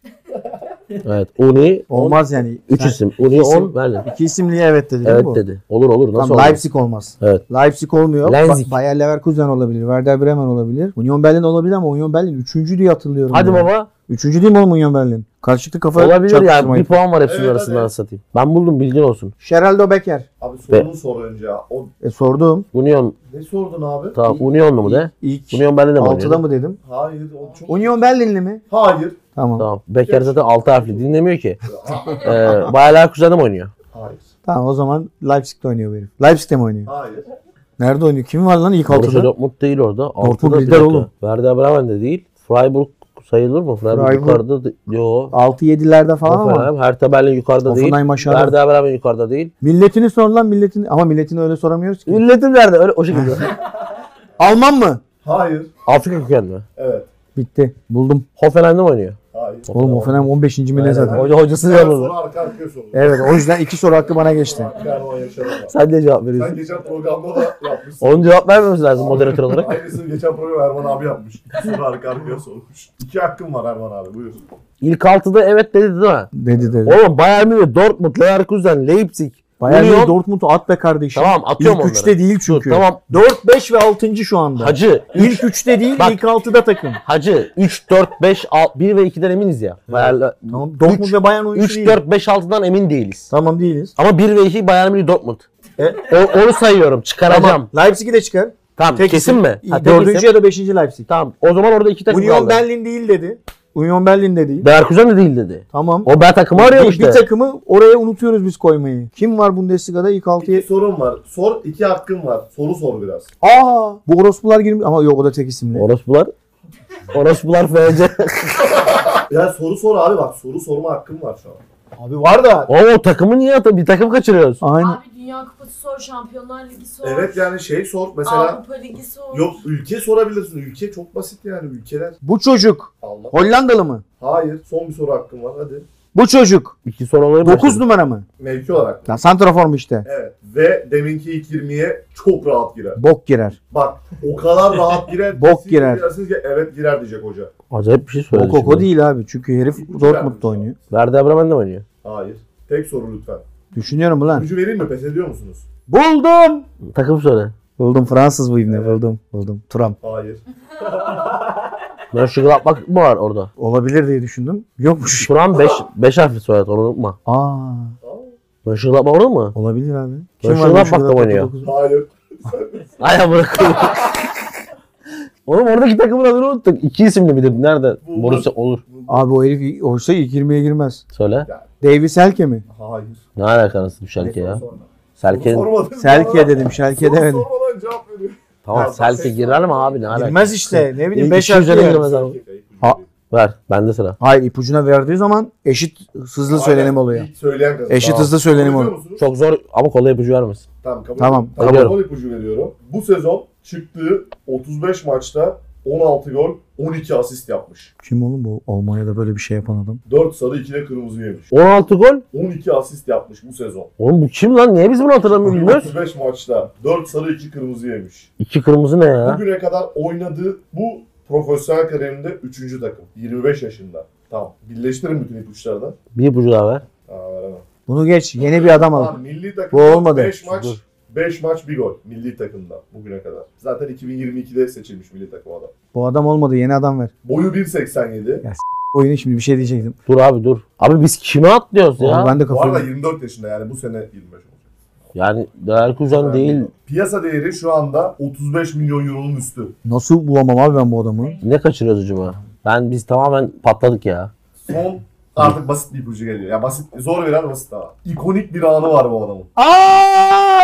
S1: Evet. Uni
S2: Olmaz yani.
S1: 3
S2: Sen-
S1: isim. Uni
S2: İsim.
S1: 10 Berlin.
S2: İki isimliye evet dedi değil mi
S1: Evet
S2: bu?
S1: dedi. Olur olur. Nasıl
S2: Tamam
S1: olmaz?
S2: Leipzig olmaz.
S1: Evet.
S2: Leipzig olmuyor.
S1: Leipzig.
S2: Ba- Bayer Leverkusen olabilir. Werder Bremen olabilir. Union Berlin olabilir ama Union Berlin 3. diye hatırlıyorum.
S1: Hadi
S2: yani.
S1: baba.
S2: Üçüncü değil mi oğlum Union Berlin? Karşılıklı kafa
S1: Olabilir ya.
S2: çarpışmayı.
S1: Bir puan var hepsinin
S4: Evet,
S1: arasından
S4: evet.
S1: satayım. Ben buldum bilgin olsun.
S2: Geraldo Becker.
S4: Abi sorunu sor önce ya. O
S2: E, sordum.
S1: Union
S4: ne sordun abi?
S1: tamam. Union mu de?
S2: İlk
S1: Union Berlin'e mi oynuyor?
S2: 6'da mı dedim?
S4: Hayır. O çok...
S2: Union Berlin'li mi?
S4: Hayır.
S2: Tamam. Tamam,
S1: Tamam. Becker
S2: şey.
S1: zaten 6 harfli. Dinlemiyor ki. ee, Bayer Leverkusen'de mi oynuyor?
S4: Hayır.
S2: o zaman Leipzig'de oynuyor bu herif. Leipzig'de mi oynuyor?
S4: Hayır.
S2: Nerede oynuyor? Kim var lan ilk
S1: Borussia
S2: 6'da?
S1: Dortmund değil orada.
S2: Dortmund
S1: Altıda bir
S2: lider
S1: dakika.
S2: oğlum.
S1: Werder Bremen de değil. Freiburg sayılır mı? Freiburg,
S2: Freiburg.
S1: yukarıda. de- Yo.
S2: 6-7'lerde falan ama.
S1: Hoffenheim, Hertha Berlin yukarıda
S2: Hoffenheim
S1: değil.
S2: aşağıda.
S1: Werder Bremen yukarıda değil.
S2: Milletini sor lan milletini. Ama milletini öyle soramıyoruz ki.
S1: Milletim nerede? Öyle o şekilde.
S2: Alman mı?
S4: Hayır.
S1: Afrika kökenli mi?
S4: Evet.
S2: Bitti. Buldum.
S1: Hoffenheim'de mi oynuyor?
S4: Hayır.
S2: Oğlum Hoffenheim 15. mi ne zaten?
S1: Hoca hocası
S4: Sen sonra
S1: yanında.
S4: arka arkaya sorun.
S2: Evet o yüzden iki soru hakkı bana geçti.
S4: Arka arkaya yaşarım.
S1: Sen de cevap
S4: Sen
S1: veriyorsun.
S4: geçen programda da yapmışsın.
S1: Onun cevap vermemesi lazım moderatör olarak.
S4: Aynısını geçen program Erman abi yapmış. Sonra arka arkaya sormuş. İki hakkım var Erman abi buyur.
S1: İlk altıda evet dedi değil mi?
S2: Dedi dedi.
S1: Oğlum Bayern Münih, Dortmund, Leverkusen, Leipzig,
S2: Bayern
S1: Union-
S2: Münih Dortmund'u at be kardeşim.
S1: Tamam atıyorum
S2: İlk
S1: onları.
S2: 3'te değil çünkü.
S1: Tamam.
S2: 4, 5 ve 6. şu anda.
S1: Hacı.
S2: İlk 3'te değil
S1: Bak.
S2: ilk 6'da takım.
S1: Hacı 3, 4, 5, 6, 1 ve 2'den eminiz ya. Bayern,
S2: Tamam. Dortmund ve Bayern oyuncusu
S1: 3,
S2: değil.
S1: 4, 5, 6'dan emin değiliz.
S2: Tamam değiliz.
S1: Ama 1 ve 2 Bayern Münih Dortmund.
S2: E?
S1: O- onu sayıyorum. Çıkaracağım. Tamam.
S2: Leipzig'i de çıkar. Tek
S1: kesin
S2: isim.
S1: mi? Ha, tek
S2: Dördüncü
S1: isim.
S2: ya da beşinci Leipzig.
S1: Tamam. O zaman orada iki takım
S2: Union
S1: kaldı.
S2: Berlin değil dedi. Union Berlin de değil.
S1: Leverkusen de değil dedi.
S2: Tamam.
S1: O ben takımı
S2: bir,
S1: arıyorum
S2: bir
S1: işte.
S2: takımı oraya unutuyoruz biz koymayı. Kim var Bundesliga'da ilk
S4: İki
S2: 6'ya?
S4: sorun var. Sor iki hakkım var. Soru sor biraz.
S2: Aa! Bu orospular girmiş. Ama yok o da tek isimli.
S1: Orospular. Orospular FC.
S4: Ya soru sor abi bak soru sorma hakkım var şu an.
S2: Abi var da.
S1: Oo takımı niye atıyor? Bir takım kaçırıyoruz.
S2: Aynen.
S5: Abi Dünya Kupası sor, Şampiyonlar Ligi sor.
S4: Evet yani şey sor mesela.
S5: Avrupa Ligi sor.
S4: Yok ülke sorabilirsin. Ülke çok basit yani ülkeler.
S2: Bu çocuk
S4: Allah.
S2: Hollandalı mı?
S4: Hayır. Son bir soru hakkım var hadi.
S2: Bu çocuk
S1: İki soru olayı
S2: 9 numara mı?
S4: Mevki olarak.
S2: Ya santrafor mu işte?
S4: Evet. Ve deminki ilk 20'ye çok rahat girer.
S2: Bok girer.
S4: Bak o kadar rahat girer.
S2: Bok
S4: Siz
S2: girer.
S4: Dersiniz ki evet girer diyecek hoca.
S1: Acayip bir şey söyledi.
S2: Bok o değil abi. Çünkü herif
S4: Bu
S2: Dortmund'da
S4: girer.
S2: oynuyor.
S1: Werder Bremen de mi oynuyor?
S4: Hayır. Tek soru lütfen.
S2: Düşünüyorum ulan.
S4: Gücü vereyim mi? Pes ediyor musunuz?
S2: Buldum.
S1: Takım söyle.
S2: Buldum Fransız bu ibne. Buldum. Buldum. Turam.
S4: Hayır.
S1: Mönchengladbach mı var orada?
S2: Olabilir diye düşündüm. Yokmuş.
S1: Turan 5 5 harfli soyad onu unutma. şey
S2: Aa.
S1: Mönchengladbach orada mı?
S2: Olabilir abi.
S1: Barcelona
S2: bu
S1: Bakla
S2: şurada
S1: oynuyor.
S2: dokuz-
S4: Hayır.
S1: Ay amına koyayım. Oğlum oradaki takımın adını unuttuk. İki isimli bir de nerede?
S4: Bu-
S1: Borussia olur.
S2: Abi o herif olsa ilk 20'ye girmez.
S1: Söyle.
S2: Davis Selke mi?
S4: Hayır.
S1: Ne alakası bu Selke ya? Selke
S4: Selke.
S2: Selke dedim. Selke demedim.
S4: Sormadan cevap veriyor.
S1: tamam
S4: Ya,
S1: Selke
S4: ses-
S1: girer mi abi ne alakası?
S2: Girmez işte. Ne bileyim
S1: İlk
S2: 5
S1: iki
S2: harfli.
S1: üzerine
S2: yer.
S1: girmez abi.
S4: Şey,
S2: Ha.
S1: Ver bende sıra.
S2: Hayır ipucuna verdiği zaman eşit hızlı söylenim oluyor.
S4: İlk Söyleyen kazanır.
S2: Eşit hızlı söylenim oluyor.
S4: Çok.
S1: Çok zor ama kolay ipucu vermesin.
S4: Tamam kabul.
S2: Tamam,
S4: Tamam
S1: kabul.
S4: gol ipucu veriyorum. Bu sezon çıktığı 35 maçta 16 gol 12 asist yapmış.
S2: Kim oğlum bu? Almanya'da böyle bir şey yapan adam.
S4: 4 sarı 2 de kırmızı yemiş.
S1: 16 gol.
S4: 12 asist yapmış bu sezon.
S1: Oğlum bu kim lan? Niye biz bunu hatırlamıyoruz bilmiyoruz?
S4: 35 maçta 4 sarı 2 kırmızı yemiş.
S1: İki kırmızı ne ya?
S4: Bugüne kadar oynadığı bu profesyonel kariyerinde 3. takım. 25 yaşında. Tamam. Birleştirin bütün ipuçlarını.
S1: Bir ipucu daha ver.
S4: Aa, veremem.
S2: Bunu geç. Yeni bir adam al.
S4: Abi milli
S2: Bu
S4: takımda
S2: olmadı.
S4: 5 maç 5 maç bir gol milli takımda bugüne kadar. Zaten 2022'de seçilmiş milli takım adam.
S2: Bu adam olmadı. Yeni adam ver.
S4: Boyu 1.87.
S2: Oyunu şimdi bir şey diyecektim.
S1: Dur abi dur. Abi biz kime atlıyoruz ya?
S2: Oğlum ben de
S4: Bu arada
S2: kafayı...
S4: 24 yaşında yani bu sene 25 olacak.
S1: Yani Leverkusen değil.
S4: Piyasa değeri şu anda 35 milyon euronun üstü.
S2: Nasıl bulamam abi ben bu adamı?
S1: Ne kaçırıyoruz acaba? Ben biz tamamen patladık ya.
S4: Son artık basit bir ipucu geliyor. Ya basit zor veren basit ama. İkonik bir anı var bu adamın.
S2: Aa!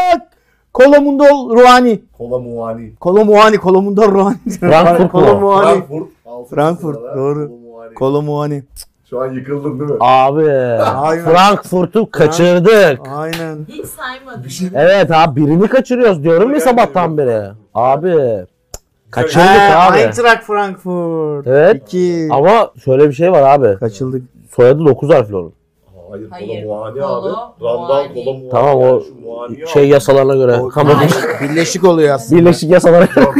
S2: Kolomundol Ruhani.
S4: Kola Muani.
S2: Kolomuani, Kolomundol Ruhani.
S1: Frankfurt mu?
S2: Kolomundol
S4: Frankfurt. altı
S2: Frankfurt,
S4: sırada.
S2: doğru.
S4: Kola Muani.
S2: Kolomuani.
S4: Şu an yıkıldın değil mi?
S1: Abi
S2: Aynen.
S1: Frankfurt'u kaçırdık.
S2: Aynen.
S5: Hiç saymadım.
S4: Bir şey
S1: Evet abi birini kaçırıyoruz diyorum ya sabahtan beri. Abi kaçırdık
S2: Ha,
S1: abi.
S2: Eintracht Frankfurt.
S1: Evet.
S2: İki.
S1: Ama şöyle bir şey var abi.
S2: Kaçıldık.
S1: Soyadı 9 harfli onun.
S4: Hayır,
S5: Hayır,
S4: Kola Muani
S5: Kola
S4: abi. Ramdan
S5: Muani.
S4: Kola Muani.
S1: Tamam, o
S4: Yani şu Muani'yi
S1: Şey
S4: al.
S1: yasalarına göre.
S2: O-
S1: Kamu
S2: Birleşik oluyor aslında.
S1: birleşik yasalara
S4: Yok,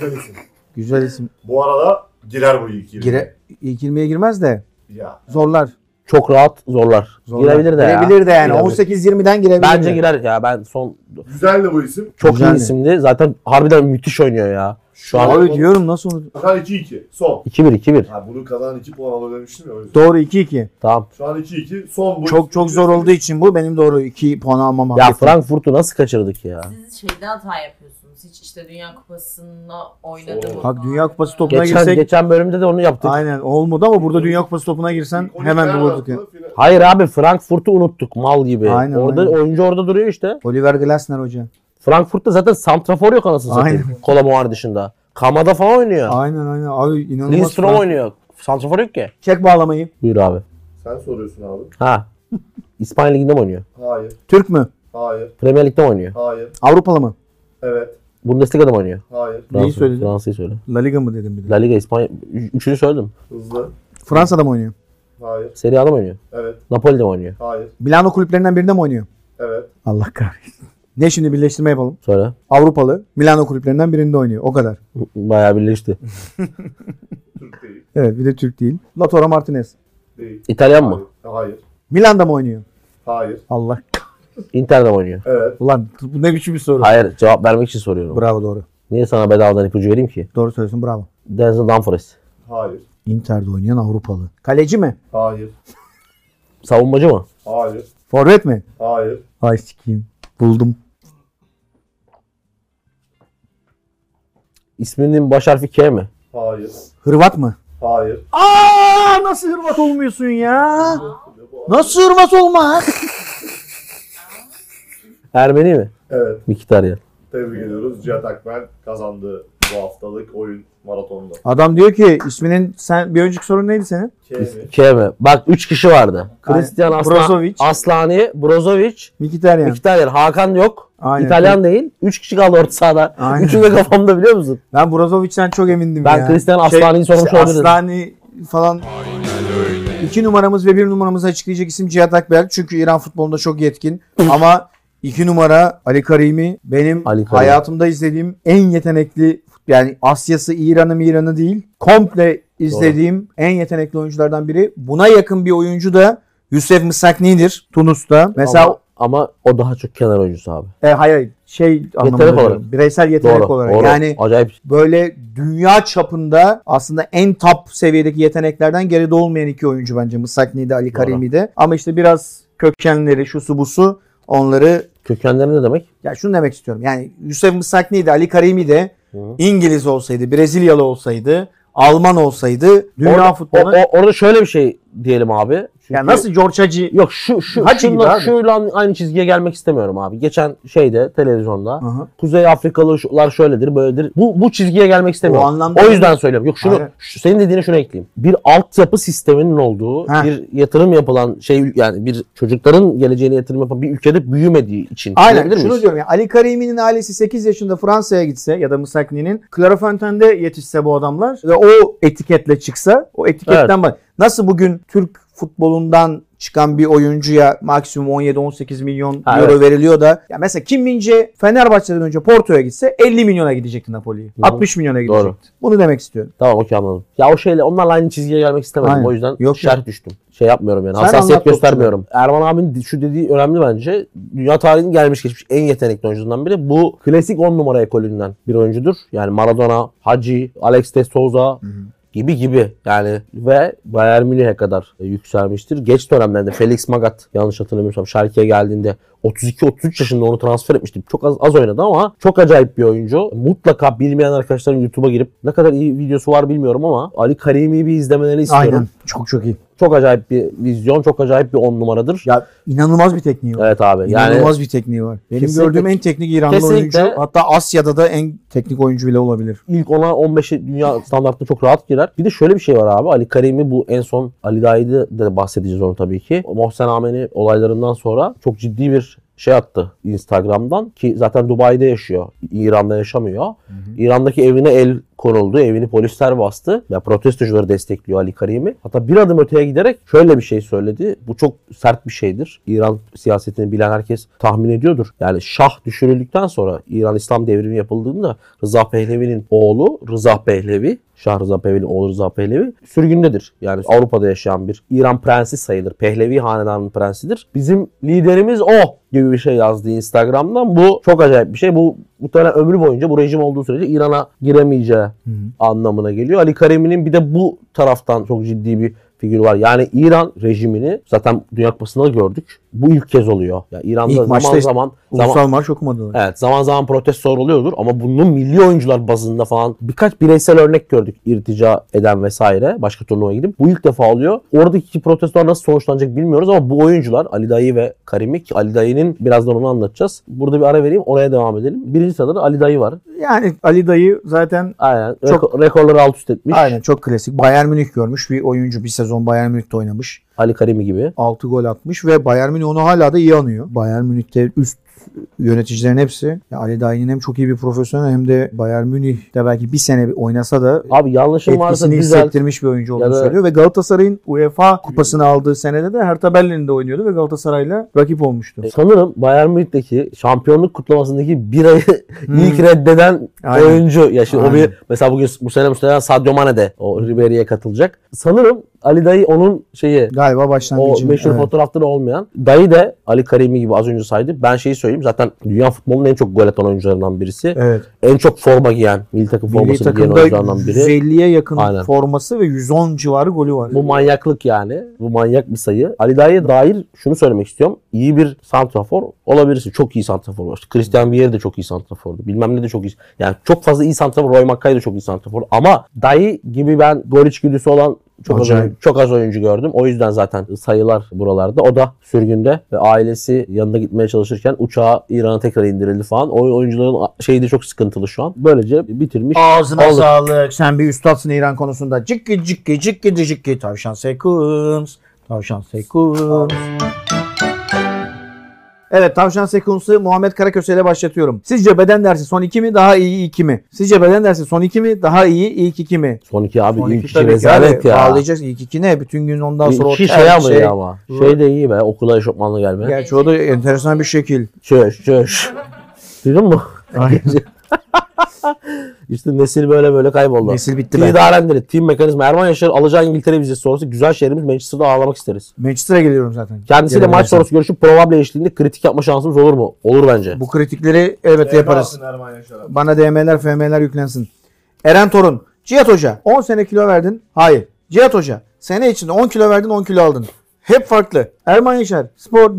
S4: Güzel isim.
S2: Güzel isim.
S4: Bu arada girer bu ilk yirmi.
S2: Gire, ilk 20'ye girmez de
S4: Ya.
S2: zorlar.
S1: çok rahat zorlar.
S2: zorlar.
S1: Girebilir de ya.
S2: Girebilir de yani.
S1: Girebilir.
S2: 18-20'den girebilir.
S1: Bence
S2: de.
S1: girer ya ben son
S4: Güzel de bu isim.
S1: çok iyi
S2: Güzel.
S1: isimdi. Zaten harbiden müthiş oynuyor ya. Şu an
S2: Abi diyorum nasıl olur?
S4: Şu an 2-2. Son.
S1: 2-1 2-1.
S4: Ha, bunu kazanan 2 puan alır demiştim ya. O yüzden.
S2: Doğru 2-2.
S1: Tamam.
S4: Şu an 2-2. Son bu.
S2: Çok çok zor olduğu için bu benim doğru 2 puan almam
S1: Ya
S2: hakkım.
S1: Frankfurt'u nasıl kaçırdık ya?
S5: Siz şeyde hata yapıyorsunuz. Hiç işte Dünya Kupası'nda oynadı
S4: Oo.
S5: mı?
S2: Bak Dünya Kupası topuna
S1: Geçen
S2: girsek
S1: geçen bölümde de onu yaptık.
S2: aynen olmadı ama burada Dünya Kupası topuna girsen
S4: İkonik
S2: hemen
S4: Ferhat
S2: bulurduk ya.
S4: aklı final-
S1: Hayır abi Frankfurt'u unuttuk mal gibi.
S2: Aynen,
S1: orada
S2: aynen.
S1: oyuncu orada duruyor işte.
S2: Oliver Glasner hoca.
S1: Frankfurt'ta zaten santrafor yok anasını satayım.
S2: Aynen.
S1: Kola Muar dışında. Kamada falan oynuyor.
S2: Aynen aynen abi inanılmaz.
S1: Lindstrom
S2: Frank-
S1: oynuyor. Santrafor yok ki.
S2: Çek bağlamayı.
S1: Buyur abi.
S4: Sen soruyorsun abi.
S1: Ha. İspanya Ligi'nde mi oynuyor?
S4: Hayır.
S2: Türk mü?
S4: Hayır.
S1: Premier Lig'de mi oynuyor?
S4: Hayır.
S2: Avrupalı mı?
S4: Evet.
S1: Bundesliga'da mı oynuyor?
S4: Hayır.
S2: Neyi
S1: Fransa-
S2: söyledin?
S1: Fransa'yı söyle.
S2: La Liga mı dedim bir de.
S1: La Liga İspanya. Ü- Üçünü söyledim.
S4: Hızlı.
S2: Fransa'da mı oynuyor?
S4: Hayır.
S1: Serie A'da mı oynuyor?
S4: Evet.
S1: Napoli'de mi oynuyor?
S4: Hayır.
S2: Milano kulüplerinden birinde mi oynuyor?
S4: Evet.
S2: Allah kahretsin. Ne şimdi birleştirme yapalım?
S1: Söyle.
S2: Avrupalı Milano kulüplerinden birinde oynuyor. O kadar.
S1: Bayağı birleşti.
S4: Türk değil.
S2: Evet bir de Türk değil. Latora Martinez.
S4: Değil.
S1: İtalyan mı?
S4: Hayır.
S2: Milan'da mı oynuyor?
S4: Hayır.
S2: Allah.
S1: Inter'de mi oynuyor?
S4: Evet.
S2: Ulan bu ne biçim bir soru.
S1: Hayır cevap vermek için soruyorum.
S2: Bravo doğru.
S1: Niye sana bedavadan ipucu vereyim ki?
S2: Doğru söylüyorsun bravo.
S1: Denzel Dumfries.
S4: Hayır.
S2: Inter'de oynayan Avrupalı. Kaleci mi?
S4: Hayır.
S1: Savunmacı mı?
S4: Hayır.
S2: Forvet mi?
S4: Hayır.
S2: Ay sikeyim. Buldum.
S1: İsminin baş harfi K mi?
S4: Hayır.
S2: Hırvat mı?
S4: Hayır.
S2: Aa nasıl Hırvat olmuyorsun ya? Nasıl Hırvat olmaz?
S1: Ermeni mi?
S4: Evet.
S1: Miktarya.
S4: Tebrik ediyoruz. Cihat Akmen kazandı bu haftalık oyun maratonunda.
S2: Adam diyor ki isminin sen bir önceki sorun neydi senin?
S4: K mi?
S1: K mi? Bak 3 kişi vardı.
S2: Aynen.
S1: Christian Aslan,
S2: Brozovic.
S1: Aslani, Brozovic,
S2: Mkhitaryan.
S1: Miktarya. Hakan yok.
S2: Aynen.
S1: İtalyan değil. 3 kişi kaldı orta sahada.
S2: Aynen.
S1: Üçü de kafamda biliyor musun?
S2: Ben Brozovic'den çok emindim
S1: Ben
S2: ya.
S1: Christian Aslani'yi sormuş olabilirim.
S2: Aslani falan. İki numaramız ve bir numaramızı açıklayacak isim Cihat Akbel. Çünkü İran futbolunda çok yetkin. Ama iki numara Ali Karimi benim
S1: Ali Karimi.
S2: hayatımda izlediğim en yetenekli yani Asya'sı İran'ı İran'ı değil. Komple izlediğim en yetenekli oyunculardan biri. Buna yakın bir oyuncu da Yusuf Mısakni'dir Tunus'ta. Mesela
S1: ama, ama o daha çok kenar oyuncusu abi.
S2: e, hayır şey anlamında
S1: olarak.
S2: diyorum. Bireysel yetenek
S1: Doğru.
S2: olarak.
S1: doğru.
S2: Yani
S1: Acayip
S2: böyle dünya çapında aslında en top seviyedeki yeteneklerden geride olmayan iki oyuncu bence. Mısakni'de, Ali Karimi'de. Ama işte biraz kökenleri, şusu busu onları
S1: kökenleri ne demek?
S2: ya şunu demek istiyorum. Yani Yusuf Mısakni'de, Ali Karimi'de
S1: hı.
S2: İngiliz olsaydı, Brezilyalı olsaydı, Alman olsaydı dünya
S1: Orada- O,
S2: futbolu
S1: o- orada şöyle bir şey diyelim abi. Çünkü-
S2: yani nasıl George Hagi
S1: Yok şu şu
S2: Hacı gibi
S1: şunla,
S2: abi.
S1: şuyla aynı çizgiye gelmek istemiyorum abi. Geçen şeyde televizyonda
S2: Hı hı.
S1: Kuzey Afrikalılar şöyledir, böyledir. Bu bu çizgiye gelmek istemiyorum.
S2: O
S1: O,
S2: anlamda-
S1: yüzden söylüyorum. Yok şunu
S2: Hayır.
S1: şu- senin dediğine şunu ekleyeyim. Bir altyapı sisteminin olduğu,
S2: Heh.
S1: bir yatırım yapılan şey yani bir çocukların geleceğine yatırım yapan bir ülkede büyümediği için.
S2: Aynen
S1: Diyebilir
S2: şunu
S1: miyiz?
S2: diyorum ya Ali Karimi'nin ailesi 8 yaşında Fransa'ya gitse ya da Musakni'nin Clairefontain'de yetişse bu adamlar ve o etiketle çıksa o etiketten bak. Nasıl bugün Türk futbolundan çıkan bir oyuncuya maksimum 17-18 milyon
S1: Ha,
S2: euro veriliyor da ya mesela Kim Mince Fenerbahçe'den önce Porto'ya gitse 50 milyona gidecekti Napoli'ye.
S1: Hı.
S2: 60 milyona gidecekti.
S1: Doğru.
S2: Bunu demek istiyorum.
S1: Tamam okey anladım. Ya o şeyle onlarla aynı çizgiye gelmek istemedim.
S2: Aynen.
S1: O yüzden
S2: Yok
S1: şart düştüm. Şey yapmıyorum yani.
S2: Sen
S1: Hassasiyet
S2: anlat
S1: göstermiyorum. Erman abinin şu dediği önemli bence. Dünya tarihinin gelmiş geçmiş en yetenekli oyuncularından biri. Bu klasik 10 numara ekolünden bir oyuncudur. Yani Maradona, Hacı, Alex de Souza gibi gibi yani ve Bayern Münih'e kadar e, yükselmiştir. Geç dönemlerde Felix Magat yanlış hatırlamıyorsam Schalke'ye geldiğinde 32-33 yaşında onu transfer etmiştim. Çok az, az oynadı ama çok acayip bir oyuncu. Mutlaka bilmeyen arkadaşların YouTube'a girip ne kadar iyi videosu var bilmiyorum ama Ali Karimi'yi bir izlemelerini istiyorum.
S2: Aynen. Çok çok iyi.
S1: Çok acayip bir vizyon, çok acayip bir on numaradır.
S2: Ya inanılmaz bir tekniği var.
S1: evet abi. Yani
S2: İnanılmaz bir tekniği var. Benim
S1: Kesinlikle-
S2: gördüğüm en teknik İranlı
S1: Kesinlikle-
S2: oyuncu. Hatta Asya'da da en teknik oyuncu bile olabilir.
S1: ilk 10'a 15'e dünya standartında çok rahat girer. Bir de şöyle bir şey var abi. Ali Karimi bu en son Ali Daid'i de bahsedeceğiz onu tabii ki. O Mohsen Ameni olaylarından sonra çok ciddi bir şey attı Instagram'dan ki zaten Dubai'de yaşıyor. İran'da yaşamıyor. İran'daki evine el konuldu. Evini polisler bastı. Ya protestocuları destekliyor Ali Karimi. Hatta bir adım öteye giderek şöyle bir şey söyledi. Bu çok sert bir şeydir. İran siyasetini bilen herkes tahmin ediyordur. Yani şah düşürüldükten sonra İran İslam devrimi yapıldığında Rıza Pehlevi'nin oğlu Rıza Pehlevi Şah Rıza Pehlevi'nin oğlu Rıza Pehlevi sürgündedir. Yani Avrupa'da yaşayan bir İran prensi sayılır. Pehlevi hanedanının prensidir. Bizim liderimiz o gibi bir şey yazdı Instagram'dan. Bu çok acayip bir şey. Bu muhtemelen ömrü boyunca bu rejim olduğu sürece İran'a giremeyeceği anlamına geliyor. Ali Karemi'nin bir de bu taraftan çok ciddi bir figürü var. Yani İran rejimini zaten Dünya Kupası'nda da gördük. Bu ilk kez oluyor. Yani İran'da
S2: İlk
S1: zaman
S2: maçta
S1: zaman
S2: işte-
S1: zaman
S2: Ulusal marş okumadılar.
S1: Evet zaman zaman protestolar oluyordur ama bunun milli oyuncular bazında falan birkaç bireysel örnek gördük irtica eden vesaire başka turnuvaya gidip. Bu ilk defa oluyor. Oradaki protestolar nasıl sonuçlanacak bilmiyoruz ama bu oyuncular Ali Dayı ve Karimik. Ali Dayı'nın birazdan onu anlatacağız. Burada bir ara vereyim oraya devam edelim. Birinci sırada da Ali Dayı var.
S2: Yani Ali Dayı zaten
S1: Aynen.
S2: Çok-
S1: Reko- rekorları alt üst etmiş.
S2: aynen çok klasik. Bayern Münih görmüş bir oyuncu. Bir sezon Bayern Münih'te oynamış.
S1: Ali Karimi gibi.
S2: 6 gol atmış ve Bayern Münih onu hala da iyi anıyor. Bayern Münih'te üst yöneticilerin hepsi. ya Ali Dayı'nın hem çok iyi bir profesyonel hem de Bayern Münih'te belki bir sene oynasa da
S1: Abi yanlışım varsa
S2: etkisini
S1: düzelt.
S2: hissettirmiş bir oyuncu olduğunu
S1: Ya da-
S2: söylüyor. Ve Galatasaray'ın UEFA kupasını aldığı senede de Hertha Berlin'de oynuyordu ve Galatasaray'la rakip olmuştu.
S1: Sanırım Bayern Münih'teki şampiyonluk kutlamasındaki birayı
S2: Hmm.
S1: ilk reddeden
S2: Aynen.
S1: oyuncu. Ya şimdi o
S2: Aynen.
S1: bir mesela bugün bu sene bu sene Sadio Mane de o Ribery'e katılacak. Sanırım Ali Dayı onun şeyi
S2: Galiba
S1: o
S2: başlangıcı.
S1: meşhur
S2: evet.
S1: fotoğrafta da olmayan. Dayı da Ali Karimi gibi az önce saydı. Ben şeyi söyleyeyim zaten dünya futbolunun en çok gol atan oyuncularından birisi.
S2: Evet.
S1: En çok forma giyen, milli takım
S2: Milli
S1: formasını giyen
S2: takımda
S1: oyuncularından biri.
S2: 150'ye yakın
S1: Aynen.
S2: forması ve 110 civarı golü var.
S1: Bu manyaklık yani. Bu manyak bir sayı. Ali Dayı'ya dair şunu söylemek istiyorum. İyi bir santrafor olabilirsin. Çok iyi santrafor var. İşte Christian Vieri de çok iyi santrafordu. Bilmem ne de çok iyi. Yani çok fazla iyi santrafor. Roy Mackay da çok iyi santrafor. Ama Dayı gibi ben gol içgüdüsü olan çok az,
S2: Acayip.
S1: oyuncu, çok az oyuncu gördüm. O yüzden zaten sayılar buralarda. O da sürgünde ve ailesi yanına gitmeye çalışırken uçağa İran'a tekrar indirildi falan. O oyuncuların şeyi de çok sıkıntılı şu an. Böylece bitirmiş.
S2: Ağzına
S1: Olur.
S2: sağlık. Sen bir üstadsın İran konusunda. Cikki cikki cikki cikki. Tavşan Sekuns. Tavşan Sekuns. Evet Tavşan Sekuns'u Muhammed Karaköse ile başlatıyorum. Sizce beden dersi son iki mi daha iyi iki mi? Sizce beden dersi son iki mi daha iyi ilk iki mi?
S1: Son iki abi
S2: Son
S1: ilk
S2: iki
S1: iki
S2: tabii ki
S1: rezalet
S2: abi.
S1: ya.
S2: Bağlayacağız ilk iki ne? Bütün gün ondan sonra
S1: İki
S2: her
S1: şey ama ya ama. Şey de iyi be okula eşofmanla gelme.
S2: Gerçi o da enteresan bir şekil.
S1: Çöş çöş. Duydun mu? işte nesil böyle böyle kayboldu.
S2: Nesil bitti be.
S1: İdaren dili, team mekanizma. Erman Yaşar alacağı İngiltere vizesi sonrası güzel şehrimiz Manchester'da ağırlamak isteriz.
S2: Manchester'a geliyorum zaten.
S1: Kendisiyle maç
S2: Gelebilirsem.
S1: sonrası görüşüp probable eşliğinde kritik yapma şansımız olur mu? Olur bence.
S2: Bu kritikleri elbette
S4: Ne
S2: yaparız.
S4: yapsın Erman Yaşar abi?
S2: Bana DM'ler, FM'ler yüklensin. Eren Torun. Cihat Hoca 10 sene kilo verdin. Hayır. Cihat Hoca sene içinde 10 kilo verdin 10 kilo aldın. Hep farklı. Erman Yaşar spor,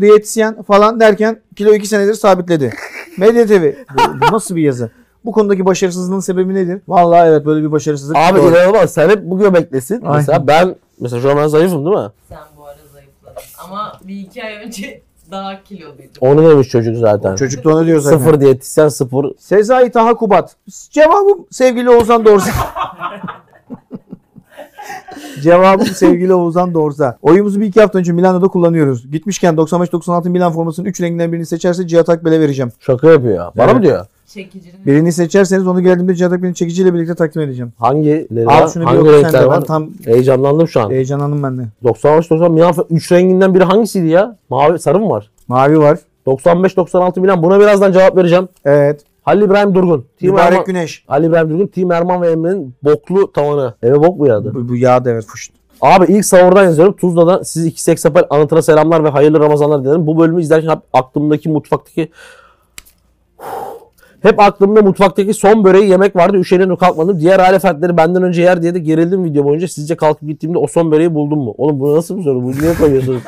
S2: diyetisyen falan derken kilo 2 senedir sabitledi. Medya TV. Bu, bu nasıl bir yazı? Bu konudaki başarısızlığın sebebi nedir? Vallahi evet böyle bir başarısızlık.
S1: Abi
S2: Doğru.
S1: inanılmaz. Sen hep bu göbeklesin.
S7: Aynen.
S1: Mesela ben mesela şu an ben zayıfım değil mi?
S5: Sen bu ara zayıfladın. Ama bir iki ay önce daha kiloluydun.
S1: Onu demiş çocuk zaten.
S2: Çocuk da onu diyor zaten.
S1: Sıfır diyetisyen sıfır.
S2: Sezai Taha Kubat. Cevabım sevgili Oğuzhan Doğruza. Cevabım sevgili Oğuzhan Doğruza. Oyumuzu bir iki hafta önce Milano'da kullanıyoruz. Gitmişken 95-96 Milan formasının 3 renginden birini seçerse Cihat Akbel'e vereceğim.
S1: Şaka yapıyor. Bana
S2: Evet.
S1: mı diyor?
S5: Çekicinin
S2: Birini seçerseniz onu geldiğimde Cihat Akbel'in çekiciyle birlikte takdim edeceğim.
S1: Hangileri
S2: Al
S1: var?
S2: şunu bir
S1: Hangi
S2: oku sen
S1: renkler
S2: de. Ben
S1: var?
S2: tam
S1: Heyecanlandım şu an.
S2: heyecanlandım ben de.
S1: 95-90 Milan fe- üç renginden biri hangisiydi ya? Mavi, sarı mı var?
S2: Mavi var.
S1: 95-96 Milan. Buna birazdan cevap vereceğim.
S2: Evet.
S1: Halil İbrahim Durgun. Team Erman-
S2: Mübarek Güneş.
S1: Ali İbrahim Durgun, Team Erman ve Emre'nin boklu tavanı. Eve bok mu yağdı?
S2: Bu, bu yağ da evet fuşt.
S1: Abi ilk savurdan yazıyorum. Tuzla'dan siz iki seksapel anıtıra selamlar ve hayırlı Ramazanlar dilerim. Bu bölümü izlerken hep aklımdaki mutfaktaki hep aklımda mutfaktaki son böreği yemek vardı. Üşenirim kalkmadım. Diğer aile fertleri benden önce yer diye de gerildim video boyunca. Sizce kalkıp gittiğimde o son böreği buldum mu? Oğlum bu nasıl bir soru? Bunu niye koyuyorsunuz?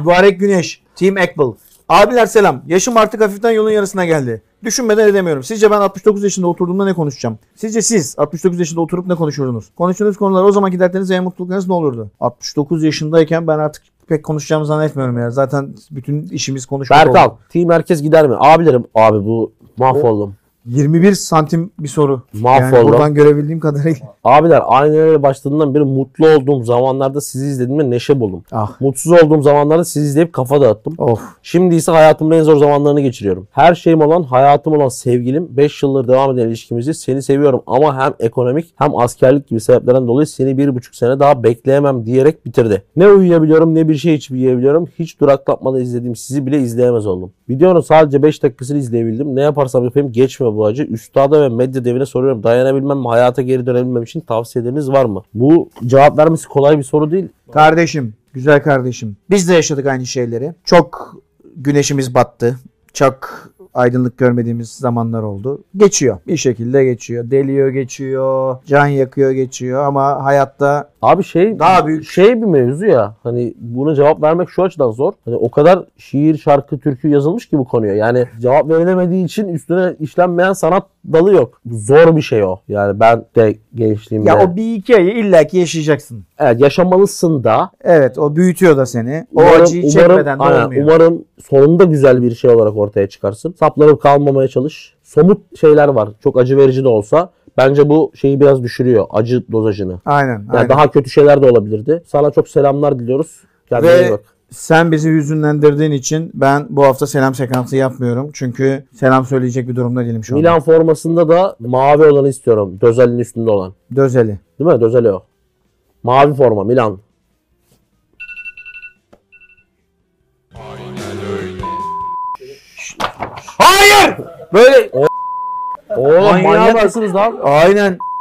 S2: Mübarek Güneş. Team Ekbal. Abiler selam. Yaşım artık hafiften yolun yarısına geldi. Düşünmeden edemiyorum. Sizce ben 69 yaşında oturduğumda ne konuşacağım? Sizce siz 69 yaşında oturup ne konuşurdunuz? Konuştuğunuz konular o zamanki dertleriniz veya mutluluklarınız ne olurdu? 69 yaşındayken ben artık pek konuşacağımı zannetmiyorum ya. Zaten bütün işimiz konuşmak
S1: Berkal,
S2: oldu.
S1: Team Herkes gider mi? Abilerim, abi bu mahvoldum.
S2: 21 santim bir soru. Yani
S1: Mahvoldum.
S2: buradan görebildiğim kadarıyla.
S1: Abiler aynelere başladığından beri mutlu olduğum zamanlarda sizi izlediğimde neşe buldum.
S2: Ah.
S1: Mutsuz olduğum zamanlarda sizi izleyip kafa dağıttım.
S2: Of.
S1: Şimdi ise hayatımın en zor zamanlarını geçiriyorum. Her şeyim olan, hayatım olan sevgilim 5 yıldır devam eden ilişkimizi seni seviyorum ama hem ekonomik hem askerlik gibi sebeplerden dolayı seni 1,5 sene daha bekleyemem diyerek bitirdi. Ne uyuyabiliyorum ne bir şey içip yiyebiliyorum. Hiç duraklatmadan izlediğim sizi bile izleyemez oldum. Videonun sadece 5 dakikasını izleyebildim. Ne yaparsam yapayım geçme bu acı. Üstada ve medya devine soruyorum. Dayanabilmem mi, hayata geri dönebilmem için tavsiyeleriniz var mı? Bu cevap vermesi kolay bir soru değil.
S2: Kardeşim, güzel kardeşim. Biz de yaşadık aynı şeyleri. Çok güneşimiz battı. Çok aydınlık görmediğimiz zamanlar oldu. Geçiyor. Bir şekilde geçiyor. Deliyor geçiyor. Can yakıyor geçiyor ama hayatta
S1: Abi şey
S2: Daha büyük.
S1: şey bir mevzu ya. Hani buna cevap vermek şu açıdan zor. Hani o kadar şiir, şarkı, türkü yazılmış ki bu konuya. Yani cevap verilemediği için üstüne işlenmeyen sanat dalı yok. Zor bir şey o. Yani ben de gençliğimde
S2: ya o bir iki ayı illaki yaşayacaksın.
S1: evet, yaşamalısın da
S2: Evet o büyütüyor da seni. O acıyı çekmeden de
S1: aynen,
S2: olmuyor.
S1: Umarım sonunda güzel bir şey olarak ortaya çıkarsın. Saplanıp kalmamaya çalış. Somut şeyler var. Çok acı verici de olsa. Bence bu şeyi biraz düşürüyor. Acı dozajını.
S2: Aynen.
S1: Yani
S2: aynen.
S1: daha kötü şeyler de olabilirdi. Sana çok selamlar diliyoruz. Kendine
S2: Ve-
S1: iyi bak.
S2: Sen bizi hüzünlendirdiğin için ben bu hafta selam sekansı yapmıyorum. Çünkü selam söyleyecek bir durumda değilim şu an.
S1: Milan formasında da mavi olanı istiyorum. Dözel'in üstünde olan.
S2: Dözeli.
S1: Değil mi? Dözel o. Mavi forma Milan.
S2: Böyle
S1: Oğlum
S2: Manyak
S1: manyak mısınız lan?
S2: Aynen.